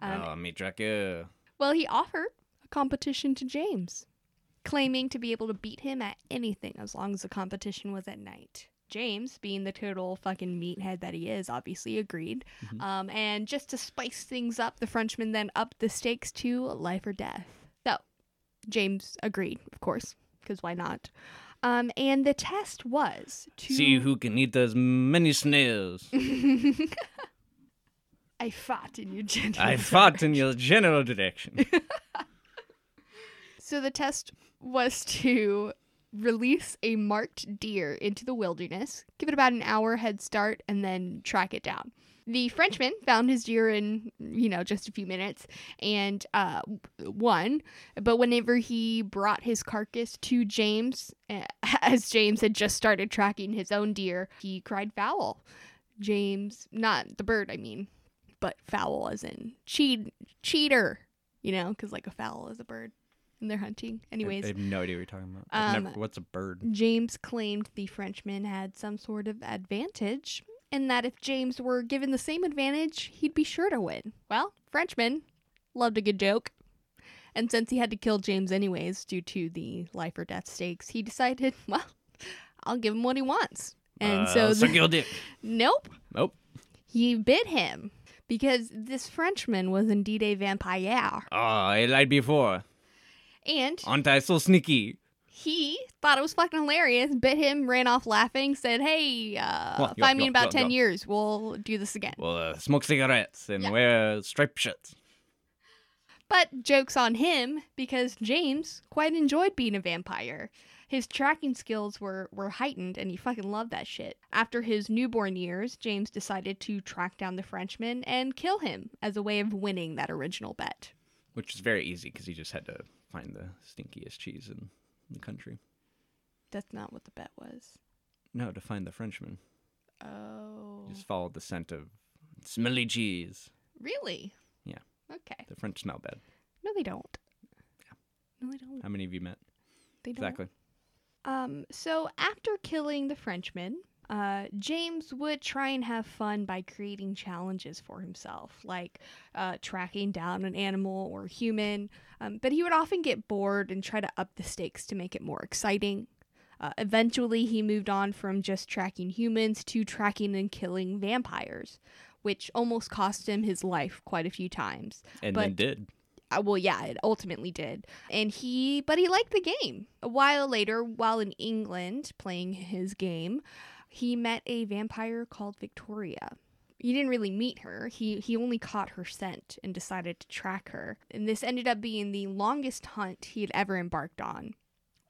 Speaker 1: Um,
Speaker 2: oh, me tracker.
Speaker 1: Well, he offered a competition to James, claiming to be able to beat him at anything as long as the competition was at night. James, being the total fucking meathead that he is, obviously agreed.
Speaker 2: Mm-hmm.
Speaker 1: Um, and just to spice things up, the Frenchman then upped the stakes to life or death. So James agreed, of course, because why not? Um, and the test was to
Speaker 2: See who can eat as
Speaker 1: *laughs*
Speaker 2: many snails.
Speaker 1: I fought in your gender.
Speaker 2: I fought in your general direction.
Speaker 1: So the test was to release a marked deer into the wilderness, give it about an hour head start, and then track it down. The Frenchman found his deer in, you know, just a few minutes and uh, won. But whenever he brought his carcass to James, eh, *laughs* as James had just started tracking his own deer, he cried foul. James, not the bird, I mean, but foul as in cheat, cheater, you know, because like a fowl is a bird and they're hunting. *laughs* Anyways,
Speaker 2: I have no idea what you're talking about.
Speaker 1: I've Um,
Speaker 2: never,
Speaker 1: never-
Speaker 2: what's a bird?
Speaker 1: James claimed the Frenchman had some sort of advantage, and that if James were given the same advantage, he'd be sure to win. Well, Frenchman loved a good joke. And since he had to kill James anyways due to the life or death stakes, he decided, *laughs* well, I'll give him what he wants.
Speaker 2: Uh,
Speaker 1: And so, the- nope,
Speaker 2: Nope.
Speaker 1: he bit him because this Frenchman was indeed a vampire.
Speaker 2: Oh, I lied before.
Speaker 1: And
Speaker 2: Aren't I so sneaky?
Speaker 1: he thought it was fucking hilarious, bit him, ran off laughing, said, Hey, uh,
Speaker 2: Well, yeah,
Speaker 1: find me
Speaker 2: yeah,
Speaker 1: in about
Speaker 2: yeah,
Speaker 1: 10
Speaker 2: yeah.
Speaker 1: years. We'll do this again.
Speaker 2: Well, uh, smoke cigarettes and
Speaker 1: Yeah.
Speaker 2: wear striped shirts.
Speaker 1: But joke's on him because James quite enjoyed being a vampire. His tracking skills were, were heightened and he fucking loved that shit. After his newborn years, James decided to track down the Frenchman and kill him as a way of winning that original bet.
Speaker 2: Which is very easy because he just had to find the stinkiest cheese in the country.
Speaker 1: That's not what the bet was.
Speaker 2: No, to find the Frenchman.
Speaker 1: Oh.
Speaker 2: Just followed the scent of smelly cheese.
Speaker 1: Really?
Speaker 2: Yeah.
Speaker 1: Okay.
Speaker 2: The French smell bad.
Speaker 1: No, they don't. No, they don't.
Speaker 2: How many of you met?
Speaker 1: They don't.
Speaker 2: Exactly.
Speaker 1: Um, so after killing the Frenchman, uh, James would try and have fun by creating challenges for himself, like uh, tracking down an animal or human. Um, but he would often get bored and try to up the stakes to make it more exciting. Uh, eventually, he moved on from just tracking humans to tracking and killing vampires, which almost cost him his life quite a few times
Speaker 2: And
Speaker 1: But-
Speaker 2: then did.
Speaker 1: uh, well yeah it ultimately did and he but he liked the game a while later while in england playing his game he met a vampire called victoria he didn't really meet her he he only caught her scent and decided to track her and this ended up being the longest hunt he had ever embarked on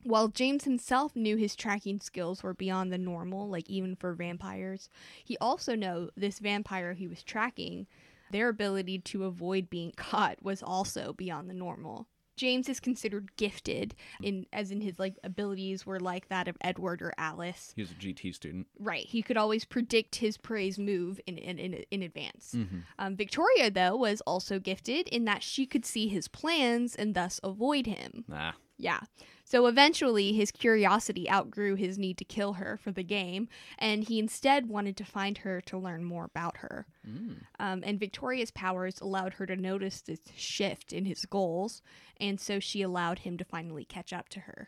Speaker 1: while James himself knew his tracking skills were beyond the normal, like even for vampires, he also knew this vampire he was tracking, their ability to avoid being *laughs* caught was also beyond the normal. James is considered gifted in as in his like abilities were like that of Edward or Alice.
Speaker 2: He was a GT student.
Speaker 1: Right, he could always predict his prey's move in in, in, in advance.
Speaker 2: Mm-hmm.
Speaker 1: Um, Victoria though was also gifted in that she could see his plans and thus avoid him.
Speaker 2: Ah,
Speaker 1: Yeah. So eventually, his curiosity outgrew his need to kill her for the game, and he instead wanted to find her to learn more about her.
Speaker 2: Mm.
Speaker 1: Um, and Victoria's powers allowed her to notice this shift in his goals, and so she allowed him to finally catch up to her.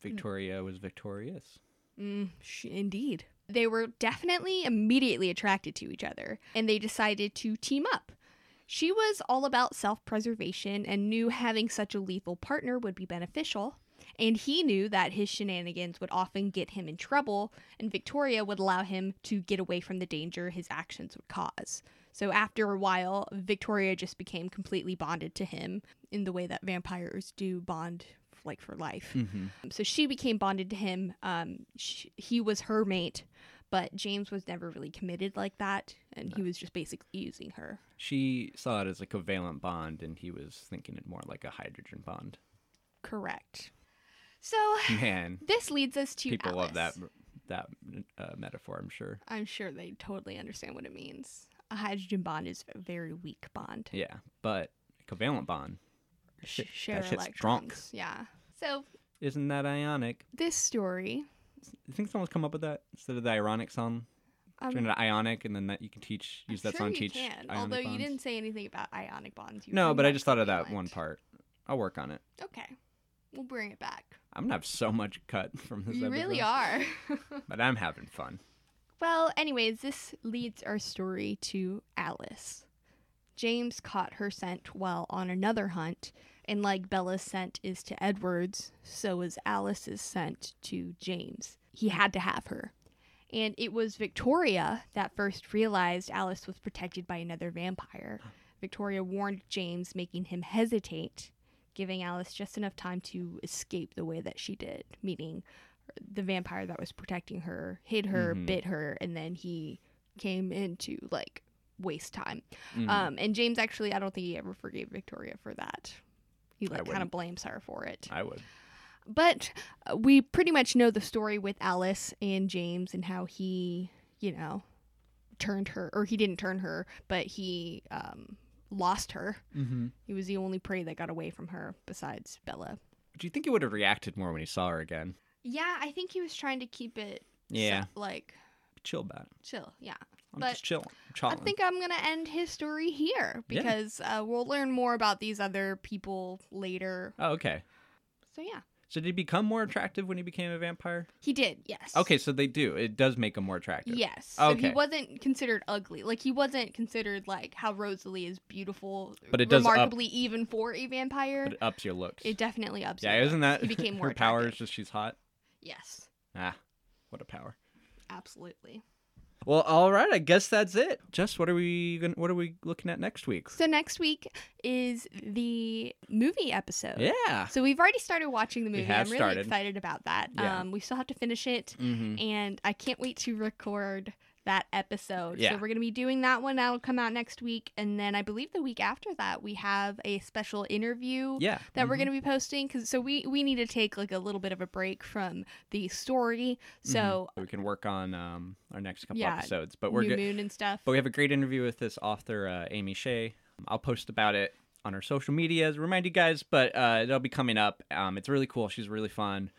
Speaker 2: Victoria was victorious.
Speaker 1: Mm, sh- indeed. They were definitely immediately attracted to each other, and they decided to team up. She was all about self preservation and knew having such a lethal partner would be beneficial. And he knew that his shenanigans would often get him in trouble, and Victoria would allow him to get away from the danger his actions would cause. So, after a while, Victoria just became completely bonded to him in the way that vampires do bond, like for life.
Speaker 2: Mm-hmm.
Speaker 1: So she became bonded to him. Um, sh he was her mate, but James was never really committed like that, and he was just basically using her.
Speaker 2: She saw it as a covalent bond, and he was thinking it more like a hydrogen bond.
Speaker 1: Correct. So
Speaker 2: Man,
Speaker 1: this leads us to
Speaker 2: people love that
Speaker 1: Alice.
Speaker 2: that uh, metaphor. I'm sure.
Speaker 1: I'm sure they totally understand what it means. A hydrogen bond is a very weak bond.
Speaker 2: Yeah, but a covalent bond
Speaker 1: Sh-
Speaker 2: shit-
Speaker 1: share
Speaker 2: that shit's drunk.
Speaker 1: electrons. Yeah. So
Speaker 2: isn't that ionic?
Speaker 1: this story.
Speaker 2: You think someone's come up with that instead of the ironic song?
Speaker 1: Um,
Speaker 2: Turn it to ionic, and then that you can teach use
Speaker 1: I'm
Speaker 2: that
Speaker 1: sure
Speaker 2: song
Speaker 1: you
Speaker 2: teach.
Speaker 1: can,
Speaker 2: ionic
Speaker 1: although you
Speaker 2: bonds.
Speaker 1: didn't say anything about ionic bonds. You were
Speaker 2: No,
Speaker 1: talking
Speaker 2: but I
Speaker 1: about
Speaker 2: just thought of that
Speaker 1: covalent.
Speaker 2: one part. I'll work on it.
Speaker 1: Okay. We'll bring it back.
Speaker 2: I'm gonna have so much cut *laughs* from this.
Speaker 1: You
Speaker 2: episode,
Speaker 1: really are.
Speaker 2: *laughs*
Speaker 1: *laughs*
Speaker 2: But I'm having fun.
Speaker 1: well, anyways, this leads our story to Alice. James caught her scent while on another hunt, and like Bella's scent is to Edwards, so is Alice's scent to James. He had to have her. And it was Victoria that first realized Alice was protected by another vampire. Victoria warned James, making him hesitate, giving Alice just enough time to escape the way that she did, meaning the vampire that was protecting her hid her,
Speaker 2: Mhm.
Speaker 1: bit her, and then he came in to like waste time.
Speaker 2: Mhm.
Speaker 1: Um, and James actually, I don't think he ever forgave Victoria for that. He like kind of
Speaker 2: wouldn't.
Speaker 1: blames her for it.
Speaker 2: I would.
Speaker 1: But uh, we pretty much know the story with Alice and James and how he, you know, turned her, or he didn't turn her, but he um, lost her.
Speaker 2: Mm-hmm.
Speaker 1: He was the only prey that got away from her besides Bella.
Speaker 2: Do you think he would have reacted more when he saw her again?
Speaker 1: Yeah, I think he was trying to keep it
Speaker 2: Yeah,
Speaker 1: like
Speaker 2: chill about it.
Speaker 1: chill. Yeah.
Speaker 2: I'm
Speaker 1: But
Speaker 2: just chilling.
Speaker 1: I
Speaker 2: Chilling.
Speaker 1: think I'm going to end his story here
Speaker 2: Yeah.
Speaker 1: because uh, we'll learn more about these other people later.
Speaker 2: Oh, okay.
Speaker 1: So, yeah.
Speaker 2: So did he become more attractive when he became a vampire?
Speaker 1: He did, yes.
Speaker 2: Okay, so they do. It does make him more attractive.
Speaker 1: Yes. So he
Speaker 2: Okay.
Speaker 1: wasn't considered ugly. Like he wasn't considered like how Rosalie is beautiful,
Speaker 2: But it does up-
Speaker 1: remarkably even for a vampire.
Speaker 2: But it ups your looks.
Speaker 1: It definitely ups.
Speaker 2: yeah,
Speaker 1: your
Speaker 2: isn't
Speaker 1: looks.
Speaker 2: that
Speaker 1: he
Speaker 2: *laughs*
Speaker 1: became more
Speaker 2: her power? Is
Speaker 1: attractive.
Speaker 2: just she's hot.
Speaker 1: Yes,
Speaker 2: Ah, what a power.
Speaker 1: absolutely.
Speaker 2: Well, all right. I guess that's it. Just what are we? Gonna, what are we looking at next week?
Speaker 1: So next week is the movie episode.
Speaker 2: Yeah.
Speaker 1: So we've already started watching the
Speaker 2: We
Speaker 1: movie.
Speaker 2: have
Speaker 1: I'm really
Speaker 2: started.
Speaker 1: excited about that.
Speaker 2: Yeah.
Speaker 1: Um, we still have to finish it,
Speaker 2: Mm-hmm.
Speaker 1: and I can't wait to record that episode.
Speaker 2: Yeah.
Speaker 1: So we're going to be doing that one. That'll come out next week, and then I believe the week after that we have a special interview.
Speaker 2: Yeah.
Speaker 1: that we're
Speaker 2: mhm.
Speaker 1: going to be posting because so we we need to take like a little bit of a break from the story so
Speaker 2: We can work on um, our next couple
Speaker 1: Yeah,
Speaker 2: episodes, Mm-hmm. but we're
Speaker 1: new
Speaker 2: good.
Speaker 1: moon and stuff
Speaker 2: But we have a great interview with this author, uh, Amy Shea. I'll post about it on our social medias, remind you guys, but uh, it'll be coming up. Um, it's really cool. She's really fun.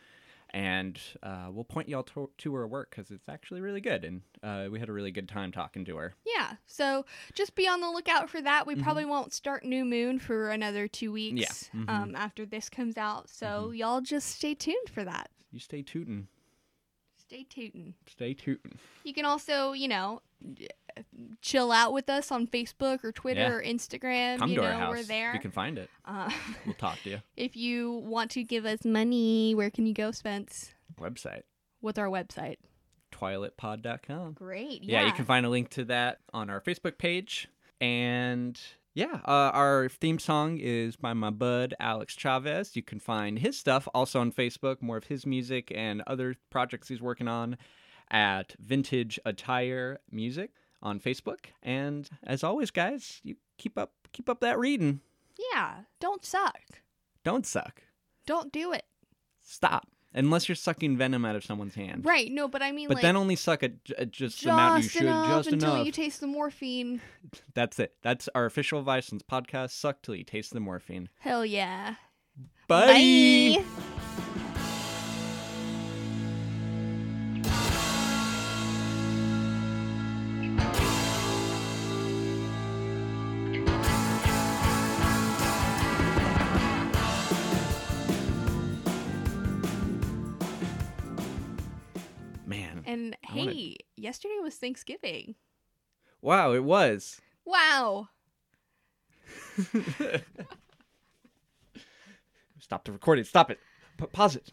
Speaker 2: And uh, we'll point y'all to, to her work because it's actually really good. And uh, we had a really good time talking to her.
Speaker 1: yeah so just be on the lookout for that we
Speaker 2: Mm-hmm.
Speaker 1: probably won't start new moon for another two weeks
Speaker 2: mhm.
Speaker 1: um, after this comes out so
Speaker 2: Mm-hmm.
Speaker 1: y'all just stay tuned for that
Speaker 2: You stay tootin'.
Speaker 1: stay tuned
Speaker 2: Stay tootin'.
Speaker 1: you can also you know chill out with us on facebook or twitter
Speaker 2: Yeah.
Speaker 1: or instagram
Speaker 2: Come
Speaker 1: you
Speaker 2: to
Speaker 1: know
Speaker 2: our house.
Speaker 1: we're there
Speaker 2: You can find it.
Speaker 1: uh, *laughs*
Speaker 2: We'll talk to you.
Speaker 1: if you want to give us money where can you go spence
Speaker 2: Website,
Speaker 1: with our website
Speaker 2: twilightpod.com.
Speaker 1: Great.
Speaker 2: yeah. you can find a link to that on our facebook page and yeah uh, our theme song is by my bud alex chavez you can find his stuff also on facebook more of his music and other projects he's working on at vintage attire music on facebook and as always guys you keep up keep up that reading
Speaker 1: Yeah. Don't suck.
Speaker 2: don't suck
Speaker 1: Don't do it.
Speaker 2: stop unless you're sucking venom out of someone's hand
Speaker 1: Right. No, but I mean,
Speaker 2: but
Speaker 1: like,
Speaker 2: then only suck at, j- at just,
Speaker 1: just
Speaker 2: the amount you should
Speaker 1: enough
Speaker 2: just
Speaker 1: until
Speaker 2: enough
Speaker 1: you taste the morphine.
Speaker 2: That's it. That's our official Vicens podcast. Suck till you taste the morphine.
Speaker 1: Hell yeah.
Speaker 2: Bye.
Speaker 1: Bye.
Speaker 2: Man.
Speaker 1: And
Speaker 2: I wanna-
Speaker 1: hey, yesterday was Thanksgiving.
Speaker 2: Wow, it was. *laughs*
Speaker 1: Wow.
Speaker 2: Stop the recording. Stop it. Pa- pause it.